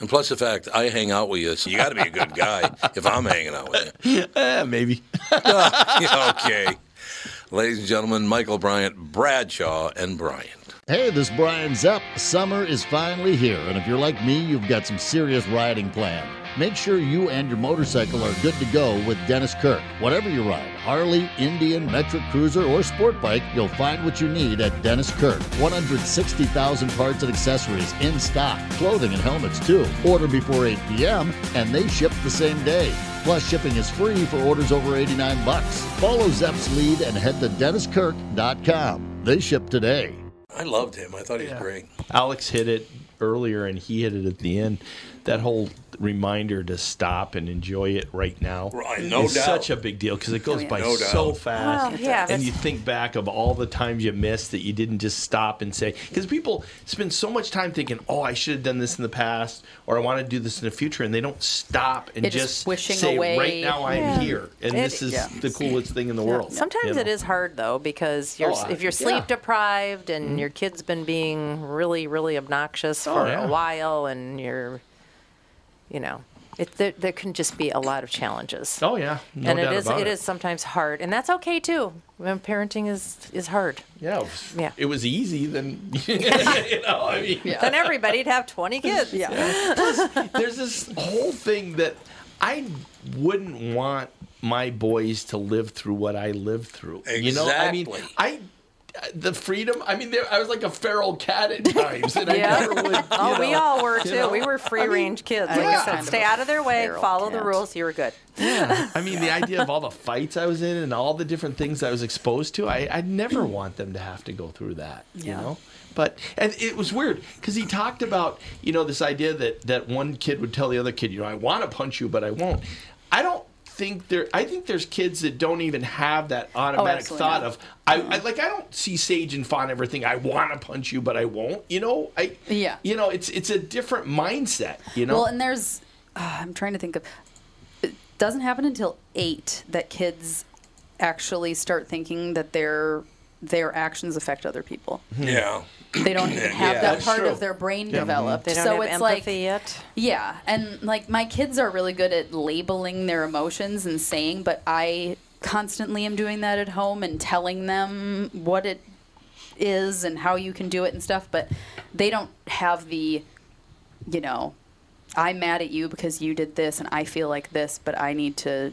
A: And plus the fact I hang out with you, so you got to be a good guy if I'm hanging out with you.
C: Eh, maybe.
A: okay. Ladies and gentlemen, Michael Bryant, Bradshaw, and Bryant.
D: Hey, this is Brian Zepp. Summer is finally here, and if you're like me, you've got some serious riding planned. Make sure you and your motorcycle are good to go with Dennis Kirk. Whatever you ride Harley, Indian, metric cruiser, or sport bike you'll find what you need at Dennis Kirk. 160,000 parts and accessories in stock, clothing and helmets too. Order before 8 p.m., and they ship the same day. Plus, shipping is free for orders over 89 bucks. Follow Zepp's lead and head to DennisKirk.com. They ship today.
A: I loved him. I thought he was great.
C: Alex hit it earlier, and he hit it at the end. That whole reminder to stop and enjoy it right now
A: Right, no
C: is
A: doubt.
C: such a big deal because it goes
A: Oh, yeah.
C: by
A: No doubt.
C: so fast.
G: Well, yeah,
C: and
G: that's-
C: you think back of all the times you missed that you didn't just stop and say because people spend so much time thinking, "Oh, I should have done this in the past," or "I want to do this in the future," and they don't stop and
G: It is
C: just
G: wishing
C: say,
G: away.
C: "Right now, I'm
G: Yeah.
C: here," and
G: It-
C: this is
G: yeah.
C: the coolest thing in the world.
G: Sometimes
C: you know?
G: it is hard though because you're
C: Oh, I-
G: if you're
C: yeah. Mm-hmm.
G: sleep deprived and your kid's been being really really obnoxious
C: Oh,
G: for
C: yeah.
G: a while and you're, you know, it there, there can just be a lot of challenges.
C: Oh yeah, no
G: and
C: doubt
G: it is
C: about
G: it is sometimes hard and that's okay too. When parenting is is hard.
C: Yeah, it was, It was easy then. you know, I mean,
G: Then everybody'd have 20 kids.
C: Plus, there's this whole thing that I wouldn't want my boys to live through what I lived through. You know, I mean,
A: Exactly.
C: I the freedom. I mean, there, I was like a feral cat at times, and
G: Yeah.
C: I never would. you
G: Oh, we
C: know,
G: all were
C: you
G: too.
C: know?
G: We were free
C: I mean,
G: range kids. Like
C: yeah.
G: I said, stay out of their way,
C: feral
G: follow the
C: cat.
G: rules, you were good.
C: Yeah. I mean, the idea of all the fights I was in and all the different things I was exposed to, I, I'd never want them to have to go through that, you
L: Yeah.
C: know? But and it was weird because he talked about you know this idea that that one kid would tell the other kid you know I want to punch you but I won't. I don't think there. I think there's kids that don't even have that automatic
L: absolutely
C: thought
L: not.
C: of I, I like I don't see Sage and Fawn ever think I want to punch you but I won't. You know I
F: Yeah.
C: You know it's it's a different mindset. You know
F: Well, and there's, ah, I'm trying to think of, it doesn't happen until eight that kids actually start thinking that their their actions affect other people.
A: Yeah.
F: Hmm. They don't even have that part of their brain
A: Yeah.
F: developed.
G: They don't
F: so
G: have
F: it's
G: empathy
F: like,
G: yet.
F: Yeah, and like my kids are really good at labeling their emotions and saying, but I constantly am doing that at home and telling them what it is and how you can do it and stuff, but they don't have the, you know, I'm mad at you because you did this and I feel like this, but I need to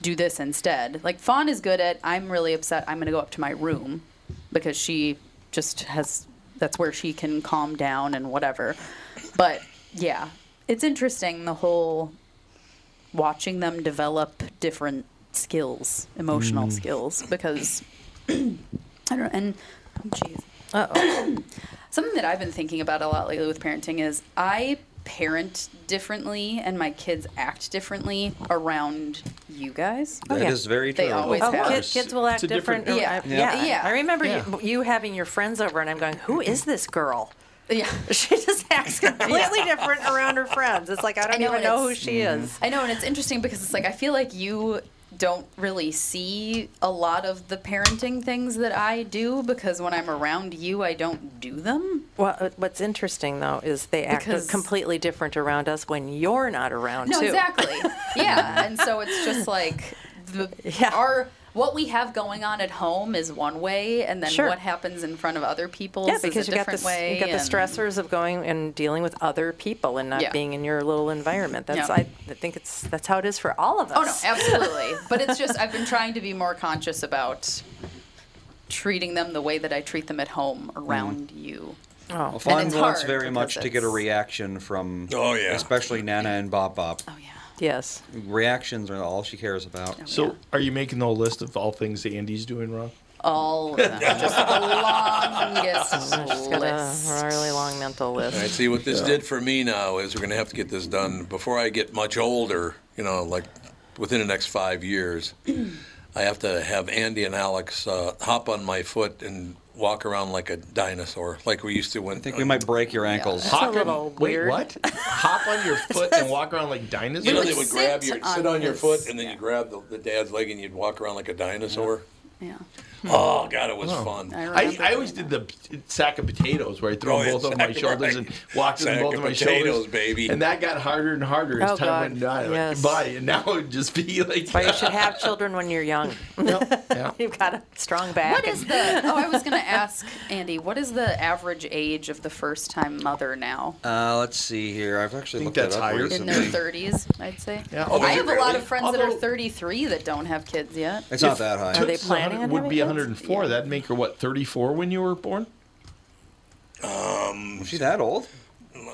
F: do this instead. Like Fawn is good at I'm really upset, I'm going to go up to my room because she just has that's where she can calm down and whatever. But yeah, it's interesting the whole watching them develop different skills, emotional
G: Mm.
F: skills because I don't know and oh jeez.
G: Uh-oh.
F: Something that I've been thinking about a lot lately with parenting is I parent differently and my kids act differently around you guys.
B: That is very true.
F: They always
G: oh,
F: have.
G: Kids, kids will act different.
F: Yeah.
G: I- yeah.
F: Yeah.
G: I remember
F: Yeah.
G: You, you having your friends over, and I'm going, "Who is this girl?"
F: Yeah,
G: she just acts completely different around her friends. It's like I don't even
F: and
G: know who
F: it's-
G: she is.
F: I know, and it's interesting because it's like I feel like you don't really see a lot of the parenting things that I do because when I'm around you, I don't do them.
G: Well, uh, what's interesting though is they act
F: Because-
G: completely different around us when you're not around
F: No,
G: too.
F: exactly. yeah, and so it's just like the, our what we have going on at home is one way, and then
G: Sure.
F: what happens in front of other people
G: Yeah,
F: is
G: because
F: a
G: you got the
F: different
G: s-
F: way.
G: you got the
F: and-
G: stressors of going and dealing with other people and not
F: Yeah.
G: being in your little environment. That's
F: Yeah.
G: I th- think it's that's how it is for all of us.
F: Oh no, absolutely. but it's just I've been trying to be more conscious about treating them the way that I treat them at home
G: Mm.
F: around you.
B: Well,
F: And
B: Fawn
F: it's
B: wants
F: hard
B: very much
F: because
B: to get a
F: it's-
B: reaction from, oh, yeah. especially Nana and Bob Bob. Oh, yeah.
G: Yes.
B: Reactions are all she cares about.
F: Oh,
C: So, are you making the whole list of all things that Andy's doing wrong?
F: all of them. Just the longest
G: She's got a really long mental list.
A: All right, see what this did for me now is we're going to have to get this done before I get much older. You know, like within the next five years, I have to have Andy and Alex uh, hop on my foot and walk around like a dinosaur, like we used to when. I think
B: we might break your ankles.
C: Hop on- wait, what? Hop on your foot and walk around like dinosaurs?
A: You know, they would grab your sit on your foot, and then you grab the, the dad's leg, and you'd walk around like a dinosaur.
F: Yeah.
A: Oh God, it was
C: Hmm. Oh.
A: fun.
C: I, I, always did the p- sack of potatoes where I throw
A: Oh, yeah,
C: both over my
A: sack,
C: shoulders
A: right.
C: and walked
A: Sack
C: them both
A: of
C: over my
A: potatoes,
C: shoulders,
A: baby.
C: And that got harder and harder as
G: Oh, God,
C: time went by. Like,
G: yes.
C: by, and now it would just be like.
G: That's why you should have children when you're young. You've got a strong back.
F: What is the? Oh, I was gonna ask Andy. What is the average age of the first-time mother now?
B: Uh, let's see here. I've actually
C: Think
B: looked that
C: that's
B: up
C: higher.
F: In their
B: recently.
F: 30s, I'd say.
B: Yeah,
F: I
B: although-
F: have a lot of friends that are
B: although-
F: 33 that don't have kids yet.
B: It's not that high.
F: Are they planning on
C: Would
F: having
C: be
F: kids?
C: 104. That'd make her what 34 when you were born.
A: Um,
B: she that old?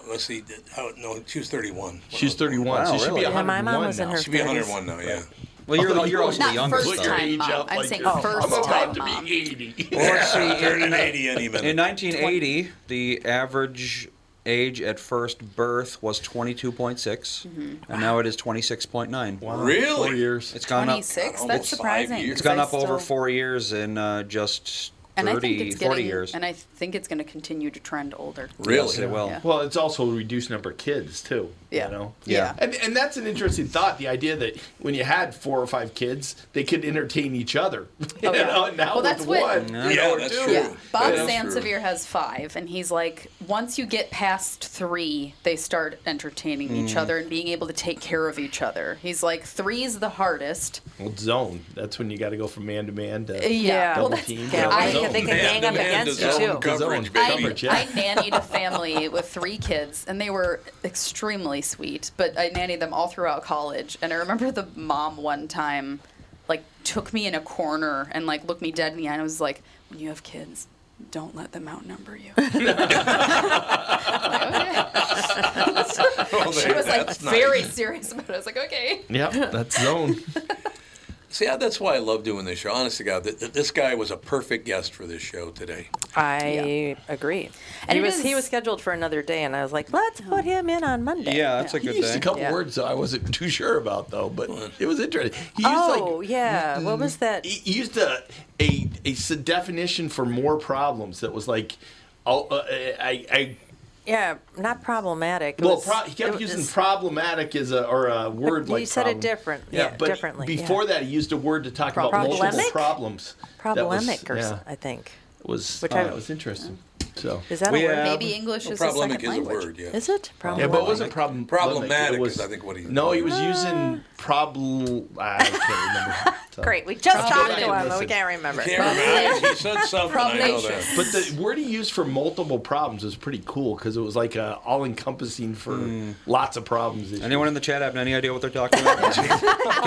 A: Let's see. Oh, no, she was 31.
C: She's 31. so she should be 101 now.
A: She'd be 101 now. Yeah.
B: Well, you're, you're also
F: Not
B: the youngest.
F: first
B: though.
F: time mom. I'm saying
A: oh.
F: first
C: I'm about
F: time
C: to
F: mom.
C: be 80.
B: Well, let's see, in- in-
A: any minute.
B: In 1980, the average age at first birth was 22.6,
F: Mhm.
B: and now it is 26.9. Wow.
A: Really? Four
C: years.
B: It's gone up.
F: 26? That's surprising.
B: It's gone
F: 'cause
B: up
F: I
B: over
F: still-
B: four years in uh, just
F: And
B: 30,
F: I think it's
B: 40
F: getting,
B: years.
F: and I think it's going to continue to trend older.
B: Really? Yes, it will.
F: Yeah.
C: Well, it's also a reduced number of kids too.
F: Yeah.
C: You know?
B: Yeah.
C: And, and that's an interesting thought. The idea that when you had four or five kids, they could entertain each other. You
F: yeah.
C: know, now
F: Well,
C: with
F: that's what-
C: one,
A: Yeah,
C: you know, or
A: that's
C: two.
A: true.
F: Yeah. Bob
A: That's
F: Sansevier has five, and he's like, once you get past three, they start entertaining each
C: Mm.
F: other and being able to take care of each other. He's like, three's the hardest.
C: Well, zone. That's when you got to go from man to man to
F: Yeah.
C: double
F: Well, that's-
C: team.
F: yeah,
C: double
F: I-
C: zone.
F: they can Man gang to up man to against you, zone too.
C: Coverage, yeah.
F: I nannied a family with three kids, and they were extremely sweet. But I nannied them all throughout college, and I remember the mom one time, like, took me in a corner and like looked me dead in the eye, and was like, "When you have kids, don't let them outnumber you." she was like
A: that's
F: very
A: nice.
F: serious about it. I was like, "Okay."
C: Yep, that's zone.
A: See, I- that's why I love doing this show. Honest to God, th- th- this guy was a perfect guest for this show today.
G: I agree.
F: And
G: he
F: it
G: was he
F: is-
G: was scheduled for another day, and I was like, let's put him in on Monday.
C: He used a couple
G: Yeah.
C: words that I wasn't too sure about though, but it was interesting. He used
G: oh yeah, what was that?
C: like he used a a, a s- definition for more problems that was like, oh, uh, I. I
G: Yeah, not problematic. It
C: well,
G: was-
C: pro- he
G: it
C: kept
G: was-
C: using problematic as a or a word
G: you
C: like.
G: said it
C: problem.
G: different, yeah,
C: but
G: differently, yeah.
C: Before that, he used a word to talk about multiple
G: Problemic?
C: problems. That was-
G: problematic, or s-
C: yeah.
G: I think.
C: was
G: Which
C: uh,
G: I-
C: that was interesting. So
G: Is that a We word? have- Maybe
F: English
A: Well, is a problematic second is a language. word, yeah.
G: Is it?
C: Yeah, but it wasn't problem
A: Problematic
C: it was,
A: is, I think, what he-
C: No, he was
F: Uh.
C: using problem. I can't remember. So-
G: Great, we just
C: I'll go
G: talked
C: back
G: to
C: and
G: him, but we
C: listen.
G: can't remember.
A: he said something. I know that.
C: But the word he used for multiple problems was pretty cool because it was like uh, all encompassing for
A: Hmm.
C: lots of problems.
B: Anyone in the chat have any idea what they're talking about?
G: what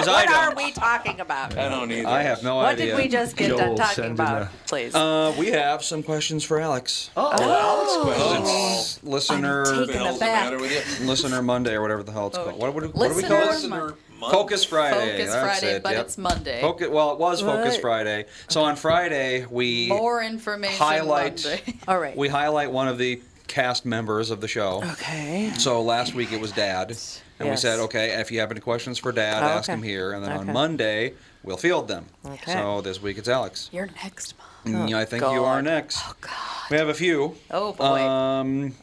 B: I
G: are we talking about?
B: I have no
G: What did
B: idea.
G: we just get done talking about? Please.
B: Uh, we have some questions for Alex.
G: Oh, Oh. Alex questions.
B: It's listener,
G: I'm taken What the hell's the matter aback.
A: with
B: listener Monday or whatever the hell it's called. What, what, what do we
A: Listener
B: call it?
A: Mon-
L: Monday.
B: Focus Friday.
F: Focus
B: that's
F: Friday,
B: it,
F: but
B: yep.
F: it's Monday.
B: Focus, well, it was Focus
F: Right.
B: Friday. So on Friday we
F: More information
B: highlight-
F: Monday.
G: All right.
B: we highlight one of the cast members of the show. Okay. So last week it was Dad, and we
G: Yes.
B: said, okay, if you have any questions for Dad,
G: Oh,
B: ask
G: okay.
B: him here, and then on
G: Okay.
B: Monday we'll field them.
G: Okay.
B: So this week it's Alex.
F: You're next, Mom.
B: Mm, I think you are next. Oh God. We have a few.
F: Oh, boy.
B: Um,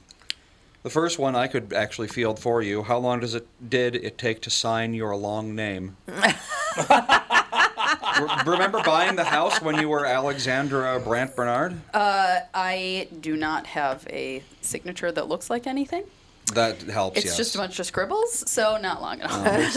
B: the first one I could actually field for you. How long does it did it take to sign your long name? Re- Remember buying the house when you were Alexandra Brandt Bernard?
F: Uh, I do not have a signature that looks like anything.
B: That helps.
F: It's
B: yes.
F: just a bunch of scribbles, so not long at all.
B: Oh, makes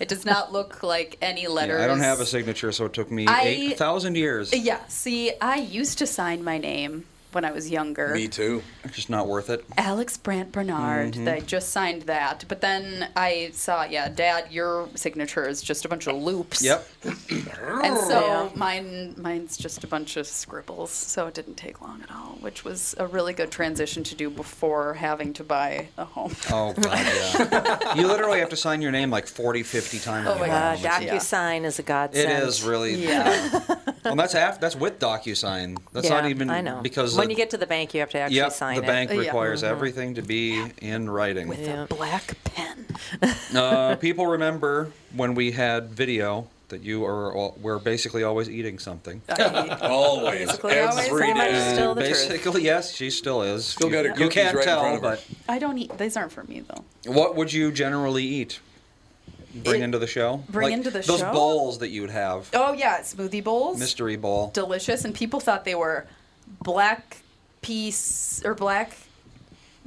F: it, does not look like any letters.
B: Yeah, I don't have a signature, so it took me
F: I-
B: eight thousand years.
F: Yeah, see, I used to sign my name when I was younger.
B: too. Just not worth it.
F: Alex Brandt Bernard.
B: Mhm.
F: that I just signed that, but then I saw, yeah, Dad, your signature is just a bunch of loops.
B: Yep.
F: And so
G: Yeah.
F: mine, mine's just a bunch of scribbles, so it didn't take long at all, which was a really good transition to do before having to buy a home.
B: Oh god, yeah. you literally have to sign your name like 40, 50 times.
F: Oh, my
G: Uh,
B: now.
F: gosh, yeah.
G: DocuSign is a
B: It
G: godsend.
B: is really. Well, that's half. That's with DocuSign. That's not
G: Yeah,
B: even
G: I know.
B: because
G: when
B: the-
G: you get to the bank, you have to actually
B: yep,
G: sign
B: the
G: it.
B: bank requires
F: Mm-hmm.
G: Mhm.
B: everything to be in writing.
F: With a black pen.
B: uh, people remember when we had video that you are all, were basically always eating something.
A: Always,
F: Basically, always,
A: every
F: pretty much
A: day.
F: still the truth.
B: basically, yes, she still is.
A: Still
B: you,
A: got her
B: You
A: cookies
B: can't
A: right in
B: tell,
A: front of her.
B: but
F: I don't eat. These aren't for me though.
B: what would you generally eat? Bring
F: It-
B: into the show.
F: bring
B: Like,
F: into the
B: those
F: show?
B: bowls that you would have.
F: Oh yeah, smoothie bowls.
B: Mystery bowl.
F: Delicious, and people thought they were black piece or black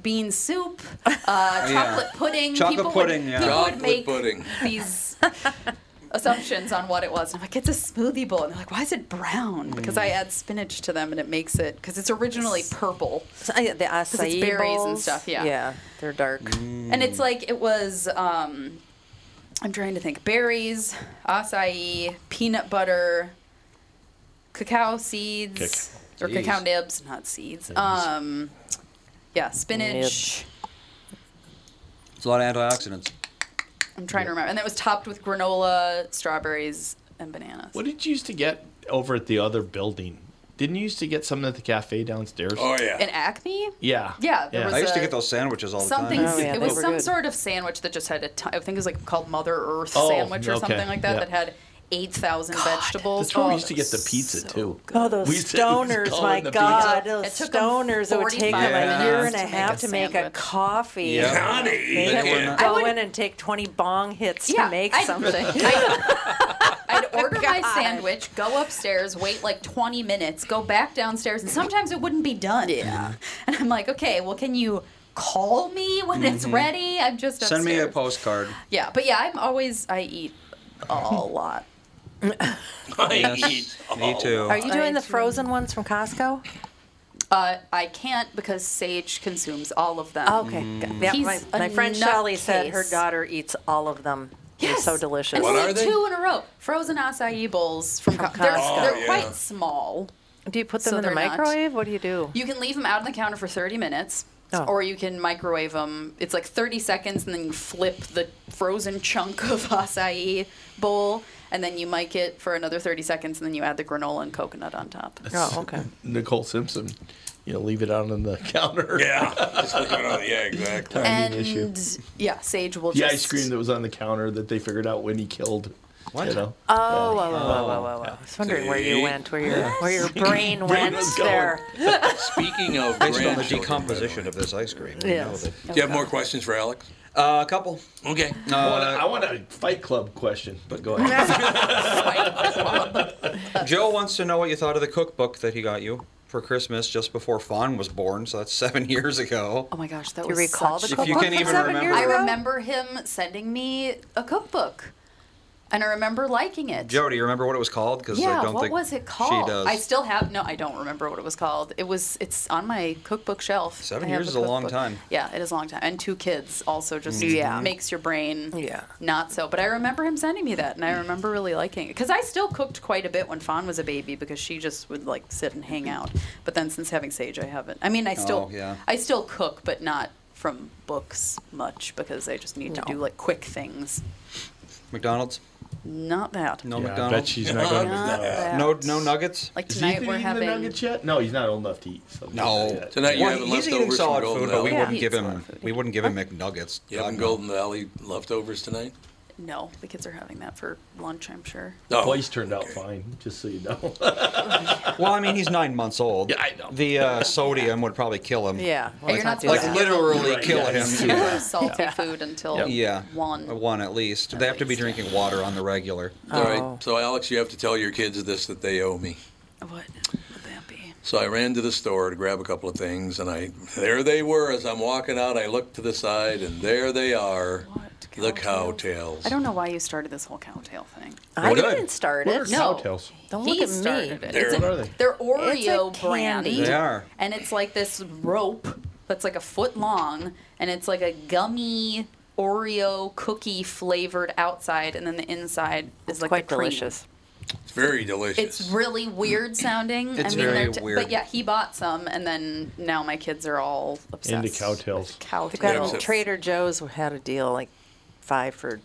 F: bean soup, uh, chocolate
B: yeah.
F: pudding.
B: Chocolate
F: people
B: pudding,
F: Would,
B: yeah.
F: People
B: Chocolate
F: would make
B: pudding.
F: these assumptions on what it was, and I'm like, it's a smoothie bowl, and they're like, why is it brown? Because I add spinach to them, and it makes it because it's originally purple.
G: the
F: it's
G: acai
F: berries and
G: bowls.
F: stuff. Yeah.
G: yeah, they're dark.
B: Mm.
F: And
L: Mm.
F: it's like it was. Um, I'm trying to think. Berries, acai, peanut butter, cacao seeds
G: Cacao.
F: or cacao
G: Jeez.
F: nibs, not seeds. Um, yeah, spinach.
B: It's a lot of antioxidants.
F: I'm trying to remember. And that was topped with granola, strawberries, and bananas.
L: What did you used to get over at the other building? Didn't you used to get something at the cafe downstairs?
A: Oh,
C: Oh,
F: An Acme.
L: Yeah.
F: Yeah, there was
L: I used to
F: a-
L: get
B: those sandwiches all the
F: Something.
C: Oh,
L: time.
F: it was some sort of sandwich that just had a. T- I think it was like called Mother Earth
L: Oh,
F: sandwich or
L: okay,
F: something like that
L: yeah.
F: that had eight thousand vegetables.
L: That's where we
F: Oh,
L: used to get the pizza too.
G: Oh, those
L: We used to- we used to
G: stoners!
L: call
G: My
L: in the
G: God,
L: pizza.
G: those
F: It took 'em
G: stoners! It would take
F: 45
G: them a year
F: minutes
G: and
F: to
G: a
F: make
G: half
F: a
G: to make a
F: sandwich.
G: coffee.
B: Yeah. Johnny,
G: They
B: They
G: could
B: were not-
G: go in and take twenty bong hits to make something.
F: order my sandwich, go upstairs, wait like 20 minutes, go back downstairs, and sometimes it wouldn't be done. Yeah. And I'm like, okay, well, can you call me when it's
B: Mhm.
F: ready? I'm just upstairs.
B: Send me a postcard.
F: Yeah, but yeah, I'm always I eat a lot.
B: Yes, me too.
G: Are you doing the frozen ones from Costco?
F: Uh, I can't because Sage consumes all of them.
G: Oh, Okay, yeah, my, my friend Shelly said her daughter eats all all of them. Yes. They're so delicious.
F: And it's like two in a row. Frozen acai bowls from, Co- They're,
G: Costco.
F: they're
G: Oh, yeah.
F: quite small.
G: Do you put them
F: So
G: in the
F: they're not-
G: microwave? What do you do?
F: You can leave them out on the counter for 30 minutes,
G: Oh.
F: or you can microwave them. It's like 30 seconds, and then you flip the frozen chunk of acai bowl, and then you mic it for another 30 seconds, and then you add the granola and coconut on top.
G: Oh,
L: Nicole Simpson, you know, leave it out on the counter.
A: Yeah, just leave it on the yeah, exactly.
L: Tiny issue.
F: And yeah, Sage will
L: The
F: just.
L: ice cream that was on the counter that they figured out when he killed. What? You know?
G: Oh, oh, oh, oh, oh, oh. I was wondering where you
L: See?
G: went, where your where your brain went
L: was going.
G: there.
A: Speaking of
B: Based on the
A: grandchildren,
B: decomposition of this ice cream.
G: Yes.
A: Do you have more questions for Alex?
B: Uh, a couple.
A: Okay.
L: Uh, I want a Fight Club question, but go ahead.
B: Joe wants to know what you thought of the cookbook that he got you for Christmas just before Fawn was born, so that's seven years ago.
F: Oh my gosh, that
B: You
F: was
B: recall
F: such
B: the If you cookbook can from even seven remember. years
F: I
B: ago?
F: remember him sending me a cookbook, and I remember liking it.
B: Joe, do you remember what it was called? Because
F: yeah,
B: I don't
F: what
B: think
F: was it called?
B: She does.
F: I still have no. I don't remember what it was called. It was. It's on my cookbook shelf.
B: Seven
F: I have
B: years is a long
F: cookbook.
B: time.
F: Yeah, it is a long time. And two kids also just
B: Mhm. Yeah.
F: makes your brain
G: yeah
F: not so. But I remember him sending me that, and I remember really liking it because I still cooked quite a bit when Fawn was a baby because she just would like sit and hang out. But then since having Sage, I haven't. I mean, I still
B: Oh, yeah.
F: I still cook, but not from books much because I just need
G: No.
F: to do like quick things.
B: McDonald's?
F: Not bad.
B: No McDonald's. No, no nuggets.
F: Like tonight we're having.
L: yet? No, he's not old enough to eat. So
B: No.
A: Tonight you
B: Well,
A: have
B: he's eating
A: leftovers from
B: solid
A: Golden
B: food, but we
A: Valley.
B: wouldn't
F: Yeah,
B: give
F: he eats
B: him we wouldn't give him McNuggets.
A: You having Golden Valley leftovers tonight?
F: No, the kids are having that for lunch, I'm sure.
L: The
B: Oh.
L: place turned out fine, just so you know.
B: well, I mean, he's nine months old. Yeah, I know. The uh, sodium would probably kill him.
F: Yeah. Yeah,
B: like,
F: you're not
B: like
F: supposed to-
B: literally
F: Right,
B: kill
F: yeah,
B: him.
F: super salty food until
B: Yeah,
F: one.
B: one at least. they have to be drinking water on the regular.
F: Oh,
A: All
B: Oh.
A: right. So, Alex, you have to tell your kids this that they owe me.
F: What would
A: that be? So I ran to the store to grab a couple of things, and I there they were. As I'm walking out, I looked to the side, and there they are, the cowtails.
F: I don't know why you started this whole cowtail thing.
A: I Good. didn't
F: start
A: What it. are
F: No,
A: cowtails?
F: Don't
G: look
F: he
G: at me.
F: started It.
A: They're-
F: It's a-
A: What are they?
F: They're Oreo
G: It's a
F: brand.
G: candy. They are.
F: And it's like this rope that's like a foot long, and it's like a gummy Oreo cookie flavored outside, and then the inside is like
G: quite
F: the cream.
G: delicious.
A: It's very delicious.
F: It's really weird sounding.
A: It's
F: I mean, they're
A: very
F: t-
A: weird.
F: But yeah, he bought some, and then now my kids are all obsessed.
L: Into cowtails.
F: Cowtails.
G: They've got them- Trader Joe's had a deal like five for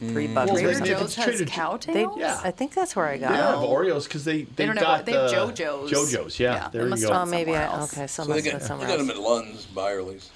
G: three
L: Mm.
G: bucks.
L: Well,
G: or
L: Trader
G: something.
L: Joe's has Trader Jo-
F: cowtails?
G: They- I think that's where I
L: They
G: got.
L: don't have
G: them.
L: Oreos because they, they,
G: They don't have
L: got
G: Ore- they have
L: the-
G: JoJo's.
L: JoJo's, yeah.
G: Yeah,
L: there
G: it
L: you
G: must-
L: go.
G: oh, maybe I- okay, so it
A: they
G: must
A: get,
G: have been somewhere
A: I got them
G: else.
A: at Lunds, Byerly's.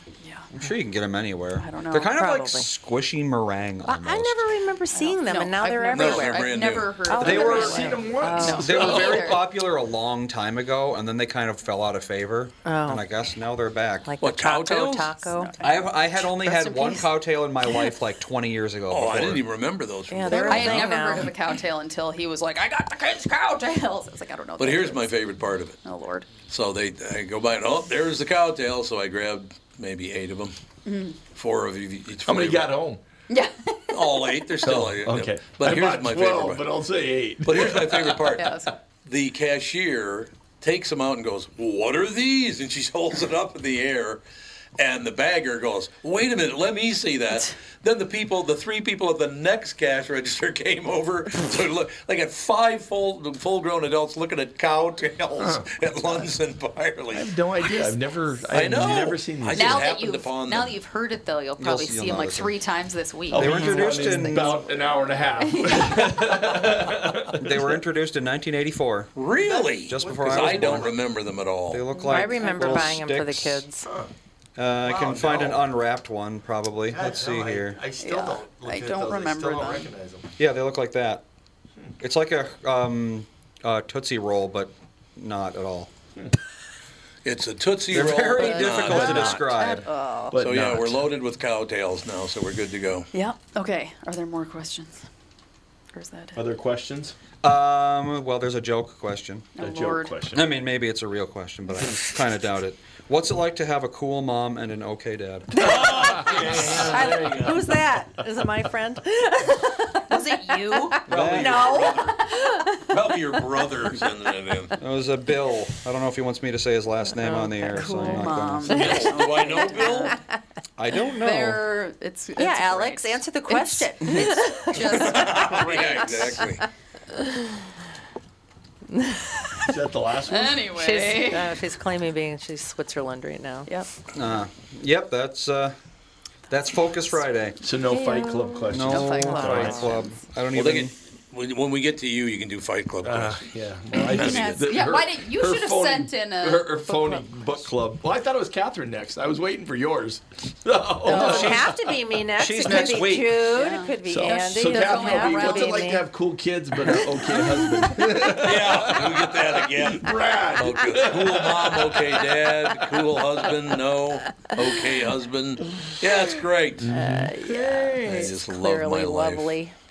B: I'm sure you can get them anywhere. I don't
F: know.
B: They're kind of like
F: Probably.
B: squishy meringue.
G: I, I never remember seeing them, and now they're
F: never-
G: everywhere.
F: I've
B: brand
F: never
B: new.
F: heard of
B: They
F: them.
B: were-
F: in my
B: seen
F: life.
B: them once.
F: Oh.
B: They were
F: Me
B: very
F: either.
B: popular a long time ago, and then they kind of fell out of favor.
G: Oh.
B: And I guess now they're back. Like
A: What, the taco cowtails?
G: taco?
B: I have. I had only
G: Rest
B: had
G: in
B: one
G: peace.
B: cowtail in my life like 20 years ago.
A: Oh, I
B: before.
A: didn't even remember those. From
F: I had never heard of a cowtail until he was like, "I got the kids cowtails." I was like, "I don't know." what
A: But
F: that
A: here's
F: Oh, is."
A: my favorite part of it.
F: Oh Lord.
A: So they I go by and oh, there's the cowtail. So I grabbed maybe eight of them,
G: Mm-hmm.
F: Mm.
A: four of each. each
L: How many
A: flavor.
L: got home?
F: Yeah.
A: All eight. They're still
L: Oh,
A: eight.
L: okay.
A: But
L: I
A: here's
L: bought
A: my
L: 12,
A: favorite.
L: but I'll say eight.
A: But here's my favorite part.
F: Yeah, that's-
A: The cashier takes them out and goes, "What are these?" And she holds it up in the air. And the bagger goes, wait a minute, let me see that. Then the people, the three people at the next cash register came over. So look, they got five full, full-grown adults looking at cowtails at Lunds and Byerly. I have
L: no idea. I've never,
A: I
L: I've
A: know.
L: never seen these.
A: I just
F: now that
A: happened
F: you've
A: upon
F: now
A: them.
F: that you've heard it though, you'll probably
A: You'll-
F: see
A: you'll
F: him like
A: notice
F: three times this week.
L: Oh, They were he's introduced one of in- these
B: about
L: an hour and a half.
B: They were introduced in 1984.
A: Really?
B: Just before I
A: Because
B: was
A: I don't
B: born.
A: remember them at all.
B: They look
G: I
B: like.
G: remember
B: little
G: buying them for the
B: sticks.
G: kids.
B: Uh, I can find an unwrapped one probably. Let's see here.
L: I
F: still Yeah, don't look I at don't those. I remember still don't them. recognize
L: them.
B: Yeah, they look like that. It's like a um, uh, Tootsie Roll, but not at all.
A: It's a Tootsie
B: They're
A: Roll.
B: very
A: but
B: difficult
A: not.
B: to describe.
A: so yeah, we're loaded with cowtails now, so we're good to go.
F: Yeah. Okay. Are there more questions? Or is that it?
L: Other questions?
B: Um, well, there's a joke question.
F: Oh, A joke Lord.
L: question.
B: I mean, maybe it's a real question, but I kind of doubt it. What's it like to have a cool mom and an okay dad?
G: I, who's that? Is it my friend?
F: Was it you?
G: no.
A: Probably your brother sending it in.
B: That was a Bill. I don't know if he wants me to say his last name on the air, so I'm not
F: mom.
B: going to.
A: Oh, Do I know Bill?
B: I don't know.
F: There, it's, it's
G: Yeah, Alex, answer the question.
A: yeah, exactly.
L: Is that the last one?
G: She's, uh, she's claiming being she's Switzerland right now.
F: Yep.
B: Uh, yep, that's uh, that's Focus Friday.
L: So no Fight Club questions.
B: No,
L: No Fight
B: Fight
L: Club
B: Club.
L: questions.
B: I don't
A: Well, they
B: even. Uh,
A: can, when when we get to you, you can do Fight Club. questions.
L: yeah.
F: yeah, why did you should have sent in a
L: her, her
F: book
L: phony
F: club.
L: book club. Well, I thought it was Catherine next. I was waiting for yours.
G: It doesn't have to be me next.
L: Oh, she's
G: it could
L: next
G: be
L: week.
G: Jude. It could be
L: So,
G: Andy.
L: so
G: it doesn't
L: Catherine,
G: have
L: will be, what's
G: to
L: it
G: be
L: like
G: me.
L: to have cool kids but an okay husband?
A: yeah, we get that again.
L: Brad.
A: Okay, cool mom, okay dad, cool husband, no, okay husband. Yeah, it's great.
B: Uh,
A: I just love my
G: Clearly
A: life.
G: lovely.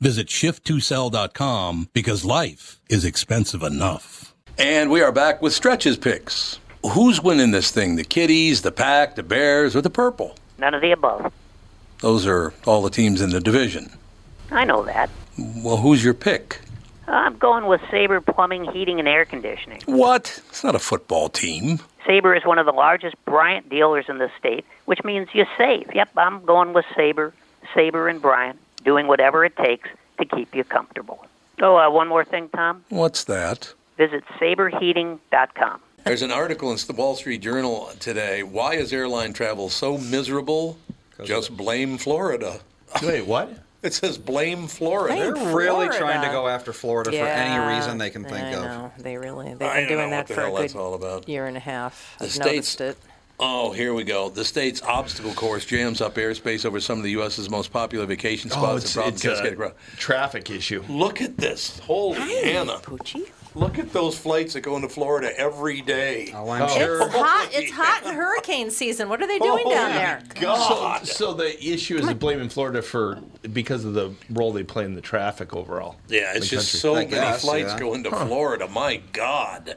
A: Visit shift2sell.com because life is expensive enough. And we are back with stretches picks. Who's winning this thing? The Kitties, the Pack, the Bears, or the Purple?
N: None of the above.
A: Those are all the teams in the division.
N: I know that.
A: Well, who's your pick?
N: I'm going with Sabre Plumbing, Heating, and Air Conditioning.
A: What? It's not a football team.
N: Sabre is one of the largest Bryant dealers in the state, which means you save. Yep, I'm going with Sabre, Sabre and Bryant, doing whatever it takes to keep you comfortable. Oh, uh, one more thing, Tom.
A: What's that?
N: Visit saberheating.com.
A: There's an article in the Wall Street Journal today. Why is airline travel so miserable? Just blame Florida.
L: Wait, what?
A: It says blame Florida.
B: They're really trying to go after Florida for any
G: Yeah,
B: reason they can think
G: I
B: of.
G: know. They really they've
A: I
G: been
A: don't
G: doing
A: know
G: that
A: what the
G: for a
A: hell
G: good
A: that's all about.
G: year and a half.
A: The
G: I've
A: states-
G: noticed it.
A: Oh, here we go. The state's obstacle course jams up airspace over some of the U.S.'s most popular vacation spots.
C: Oh,
A: The
C: it's,
A: problem
C: it's
A: cascaded
C: a
A: across-
C: traffic issue.
A: Look at this. Holy Hannah. Look at those flights that go into Florida every day. Oh,
B: I'm
G: It's hot. It's hot in hurricane season. What are they doing
L: Oh,
G: down there?
A: God.
C: So, so the issue is blaming Florida for because of the role they play in the traffic overall.
A: Yeah, it's
C: The
A: just
C: country.
A: so many flights go into Florida. My God.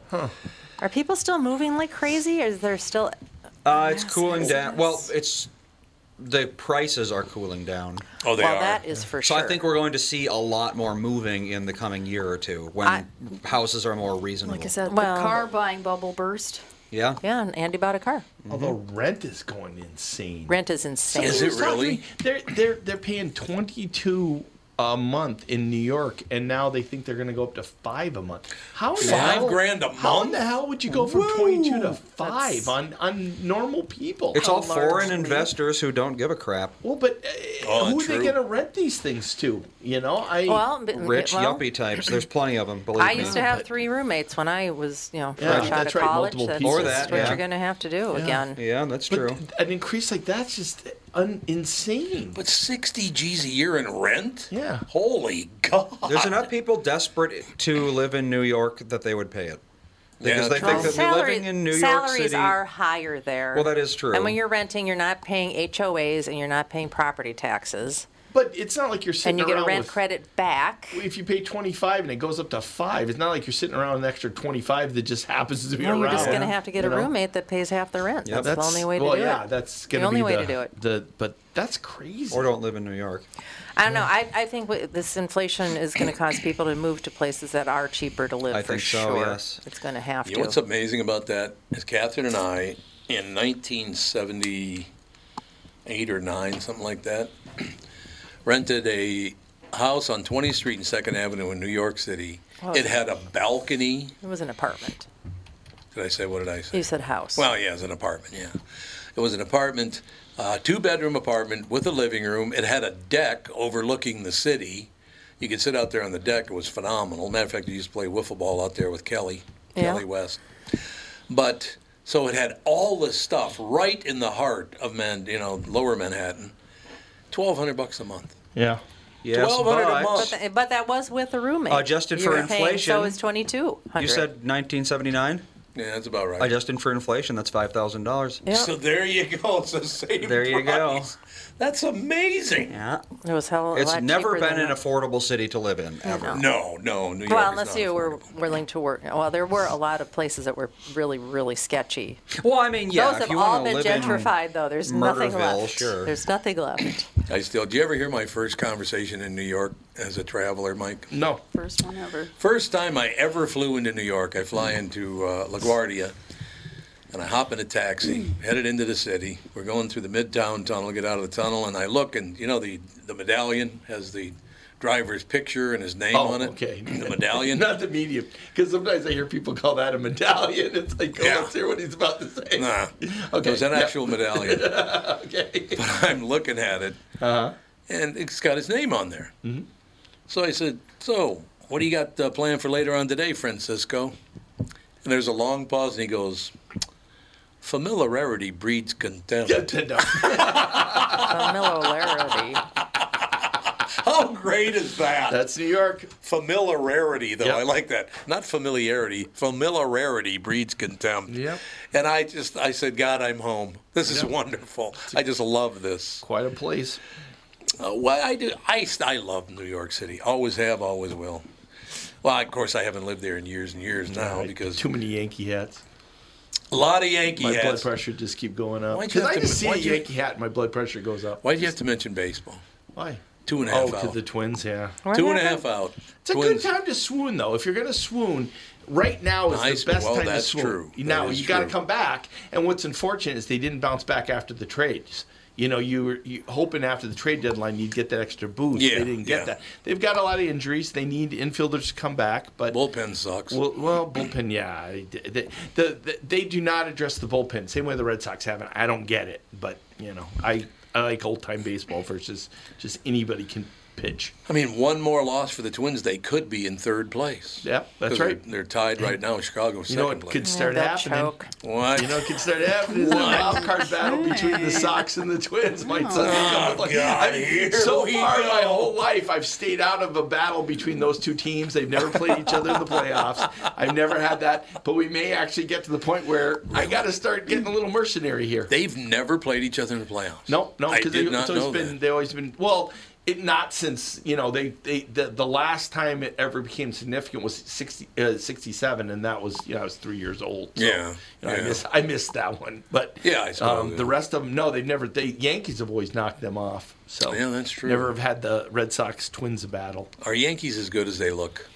G: Are people still moving like crazy? Or is there still?
B: Uh, it's cooling down. Well, it's the prices are cooling down.
A: Oh,
G: they Well, are. that is for
B: so So I
G: sure.
B: think we're going to see a lot more moving in the coming year or two when
G: I-
B: houses are more reasonable.
F: Like I said,
G: Well-
F: the car buying bubble burst.
B: yeah.
G: Yeah, and Andy bought a car.
C: Although rent is going insane.
G: Rent is insane.
C: Someone was talking to me, They're they're they're paying twenty two a month in New York, and now they think they're going to go up to five a month. How in the
A: Five
C: hell-
A: grand a
C: How in
A: month?
C: the hell would you go from
A: Whoa.
C: twenty two to five on on normal people?
B: It's all foreign investors who don't give a crap.
C: Well, but uh,
B: Oh,
C: who are they
B: true.
C: going to rent these things to? You know, I
G: Well, but-
B: Rich
G: well-
B: yuppie types. There's plenty of them. Believe
G: I
B: me.
G: used to have three roommates when I was, you know,
B: Yeah,
G: fresh out
B: that's
G: of
B: right,
G: college.
B: multiple
G: That's
B: people. Or
G: just
B: that,
G: what
B: yeah.
G: you're going to have to do again.
B: Yeah, that's true.
C: An increase like that's just un- insane.
A: But 60 G's a year in rent?
C: Yeah.
A: Holy God.
B: There's enough people desperate to live in New York that they would pay it. Because
A: Yeah,
B: they
A: true.
B: think that they're living
G: Salary-
B: in New York
G: salaries
B: City.
G: are higher there.
B: Well, that is true.
G: And when you're renting, you're not paying HOAs and you're not paying property taxes.
C: But it's not like you're
G: And
C: sitting
G: you get a
C: around
G: rent
C: with
G: credit back.
C: If you pay 25 and it goes up to 5, it's not like you're sitting around an extra 25 that just happens to be
G: No,
C: around.
G: you're just going to have to get
C: you
G: a
C: know?
G: roommate that pays half the rent. That's, the only way to
C: well,
G: do it.
C: yeah, that's
G: the
C: gonna
G: only
C: be
G: way
C: the,
G: to do it.
C: The, but that's crazy.
B: Or don't live in New York.
G: I don't know. I, I think w- this inflation is going to cause people to move to places that are cheaper to live
A: I
G: for
A: think so,
G: sure.
A: yes.
G: It's going to have
A: You
G: to.
A: know what's amazing about that is Catherine and I, in 1978 or 9, something like that, rented a house on 20th Street and 2nd Avenue in New York City.
G: Oh.
A: It had a balcony.
G: It was an apartment.
A: Did I say, what did I say?
G: You said house.
A: Well, yeah, it was an apartment, yeah. It was an apartment, uh, two bedroom apartment with a living room. It had a deck overlooking the city. You could sit out there on the deck. It was phenomenal. Matter of fact, I used to play wiffle ball out there with Kelly,
O: Yeah.
A: Kelly West. But so it had all this stuff right in the heart of Man, you know, Lower Manhattan. Twelve hundred bucks a month.
C: Yeah.
B: Yes,
A: 1200 a
B: but-
A: month.
G: But, th- but that was with a roommate.
B: Adjusted
G: You
B: for
G: were paying-
B: inflation,
G: so it's twenty two.
B: You said 1979?
A: Yeah, that's about right.
B: Adjusting for inflation, that's $5,000.
A: So there you go. It's the same.
B: There you go.
A: That's amazing.
B: Yeah.
G: It was hell.
B: It's
G: lot
B: never
G: cheaper
B: been
G: than
B: an
G: that.
B: affordable city to live in, ever.
A: No, no. New
G: Well, unless you were willing to work. Well, there were a lot of places that were really, really sketchy.
B: Well, I mean,
A: yeah,
G: Those
A: if
G: have
A: you wanna
G: all been
A: live in
G: gentrified, though. There's nothing
A: Murderville,
G: left.
A: sure.
G: There's nothing left.
A: I still. Do you ever hear my first conversation in New York as a traveler, Mike?
C: No.
F: First one ever.
A: First time I ever flew into New York, I fly
C: Mm-hmm.
A: into uh, LaGuardia, and I hop in a taxi,
C: Mm.
A: headed into the city. We're going through the Midtown Tunnel, get out of the tunnel, and I look, and you know the the medallion has the driver's picture and his name
C: Oh,
A: on it.
C: okay.
A: The medallion.
C: Not the medium. Because sometimes I hear people call that a medallion. It's like, oh, let's hear what he's about to say.
A: Nah.
C: Okay,
A: It was an
C: yeah.
A: actual medallion.
C: okay.
A: But I'm looking at it,
C: Uh-huh.
A: and it's got his name on there.
B: Mm-hmm.
C: Mm-hmm.
A: So I said, So, what do you got uh, planned for later on today, Francisco? And there's a long pause, and he goes, Familiarity breeds contempt.
G: Familiarity.
A: How great is that?
C: That's New York.
A: Familiarity, though.
C: Yep.
A: I like that. Not familiarity. Familiarity breeds contempt.
C: Yep.
A: And I just, I said, God, I'm home. This is wonderful. I just love this.
C: Quite a place.
A: Uh, well, I do. I, I love New York City. Always have, always will. Well, of course, I haven't lived there in years and years now because
C: Too many Yankee hats.
A: a lot of Yankee
C: my blood
A: hats.
C: pressure just keep going up.
A: Why'd you
C: Because
A: have
C: I
A: to-
C: just see a
A: why'd you-
C: Yankee hat, and my blood pressure goes up.
A: Why do you have to mention baseball?
C: Why?
A: Two and a half
L: Oh,
A: out.
L: 'cause the twins, yeah.
A: Two and a half out.
C: It's a
A: Twins.
C: good time to swoon, though. If you're going to swoon, right now is
A: Nice.
C: the best
A: Well,
C: time
A: that's
C: to swoon.
A: true. That
C: Now
A: is
C: you got to
A: true.
C: come back. And what's unfortunate is they didn't bounce back after the trades. You know, you were you, hoping after the trade deadline you'd get that extra boost.
A: Yeah,
C: they didn't get
A: yeah.
C: that. They've got a lot of injuries. They need infielders to come back, but
A: bullpen sucks.
C: Well, well bullpen, yeah. They, they, the- they do not address the bullpen. Same way the Red Sox haven't. I don't get it, but you know, I I like old time baseball versus just anybody can pitch.
A: I mean, one more loss for the Twins, they could be in third place.
C: Yep, that's
A: 'Cause they're-
C: right.
A: They're, tied right now. Chicago
C: You
A: second
C: know what
A: place.
C: could start Yeah, they'll happening? choke.
A: What?
C: You know, what could start happening is a
A: What?
C: wild card battle between the Sox and the Twins. My son's
A: Oh,
C: coming like,
A: God,
C: I mean,
A: here
C: so
A: we
C: far
A: go.
C: my whole life, I've stayed out of a battle between those two teams. They've never played each other in the playoffs. I've never had that, but we may actually get to the point where I got to start getting a little mercenary here.
A: They've never played each other in the playoffs.
C: No, no,
A: I
C: because
A: did
C: they,
A: not
C: it's always
A: know
C: been they always been well. It not since you know they they the, the last time it ever became significant was 60, uh, 67, and that was you know I was three years old. So,
A: Yeah,
C: you know, I
A: yeah.
C: miss I missed that one, but
A: Yeah, I suppose,
C: um,
A: yeah.
C: the rest of them no, they've never. They Yankees have always knocked them off. So
A: Yeah, that's true.
C: Never have had the Red Sox Twins battle.
A: Are Yankees as good as they look?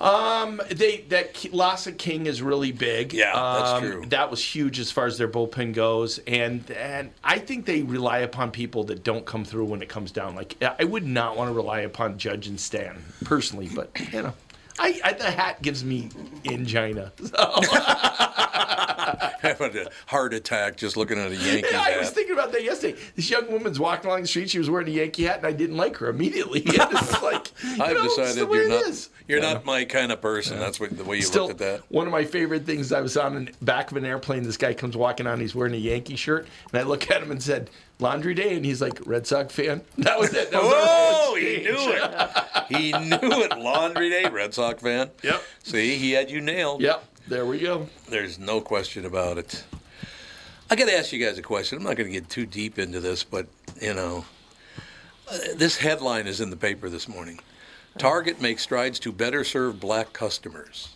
C: Um, they that K- loss of King is really big. Yeah,
A: that's true.
C: That was huge as far as their bullpen goes, and and I think they rely upon people that don't come through when it comes down. Like I would not want to rely upon Judge and Stan personally, but you know, I, I the hat gives me angina.
A: Having a heart attack just looking at a Yankee
C: Yeah, I was
A: hat.
C: thinking about that yesterday. This young woman's walking along the street. She was wearing a Yankee hat, and I didn't like her immediately. It's like
A: I've
C: know, it's the
A: decided
C: way
A: you're
C: it
A: not
C: is.
A: you're
C: Yeah.
A: not my kind of person. That's what the way you
C: Still,
A: looked at that.
C: one of my favorite things. I was on the back of an airplane. This guy comes walking on. He's wearing a Yankee shirt, and I look at him and said, "Laundry Day," and he's like, "Red Sox fan." That was it. That was our
A: Whoa,
C: first
A: he
C: exchange.
A: knew it. He knew it. Laundry day, Red Sox fan. Yep. See, he had you nailed.
C: Yep. There we go.
A: There's no question about it. I got to ask you guys a question. I'm not going to get too deep into this, but you know, uh, this headline is in the paper this morning. Target makes strides to better serve black customers.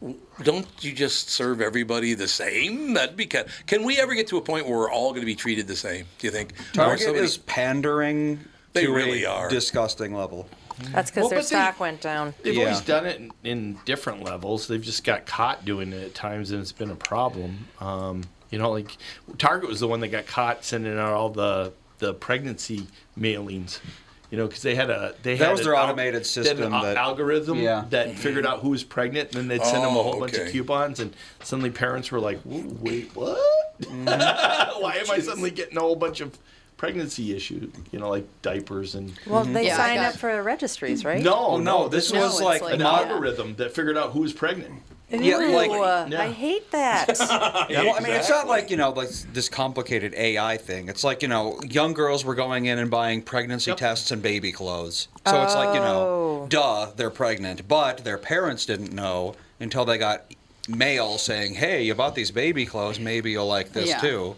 A: W- Don't you just serve everybody the same? That'd be kind. Can we ever get to a point where we're all going to be treated the same? Do you think? Or
B: Target
A: somebody-
B: is pandering
A: They
B: to
A: really
B: a
A: are.
B: disgusting level.
G: That's because
C: Well,
G: their
C: but they-
G: stock went down.
C: They've always done it in, in different levels. They've just got caught doing it at times, and it's been a problem. Um, you know, like Target was the one that got caught sending out all the the pregnancy mailings. You know, because they had a they
B: That
C: had
B: was
C: an
B: their
C: al-
B: automated
C: they had an
B: system
C: al-
B: that-
C: algorithm
B: Yeah.
C: that figured out who was pregnant, and then they'd send them a
A: Oh,
C: whole bunch of
A: okay.
C: coupons, and suddenly parents were like, "Whoa, "Wait, what?
B: Mm-hmm.
C: Why am I suddenly getting a whole bunch of pregnancy issues? You know, like diapers and Mm-hmm.
G: Well, they sign up for registries, right?
C: no, Oh, no, this was
G: it's
C: like, an algorithm that figured out who was pregnant.
G: Yeah, like,
C: Yeah.
G: I hate that.
B: Yeah, well, I mean, it's not like you know, like this complicated AI thing. It's like you know, young girls were going in and buying pregnancy tests and baby clothes. So it's like you know, duh, they're pregnant, but their parents didn't know until they got mail saying, "Hey, you bought these baby clothes. Maybe you'll like this
G: Yeah.
B: too."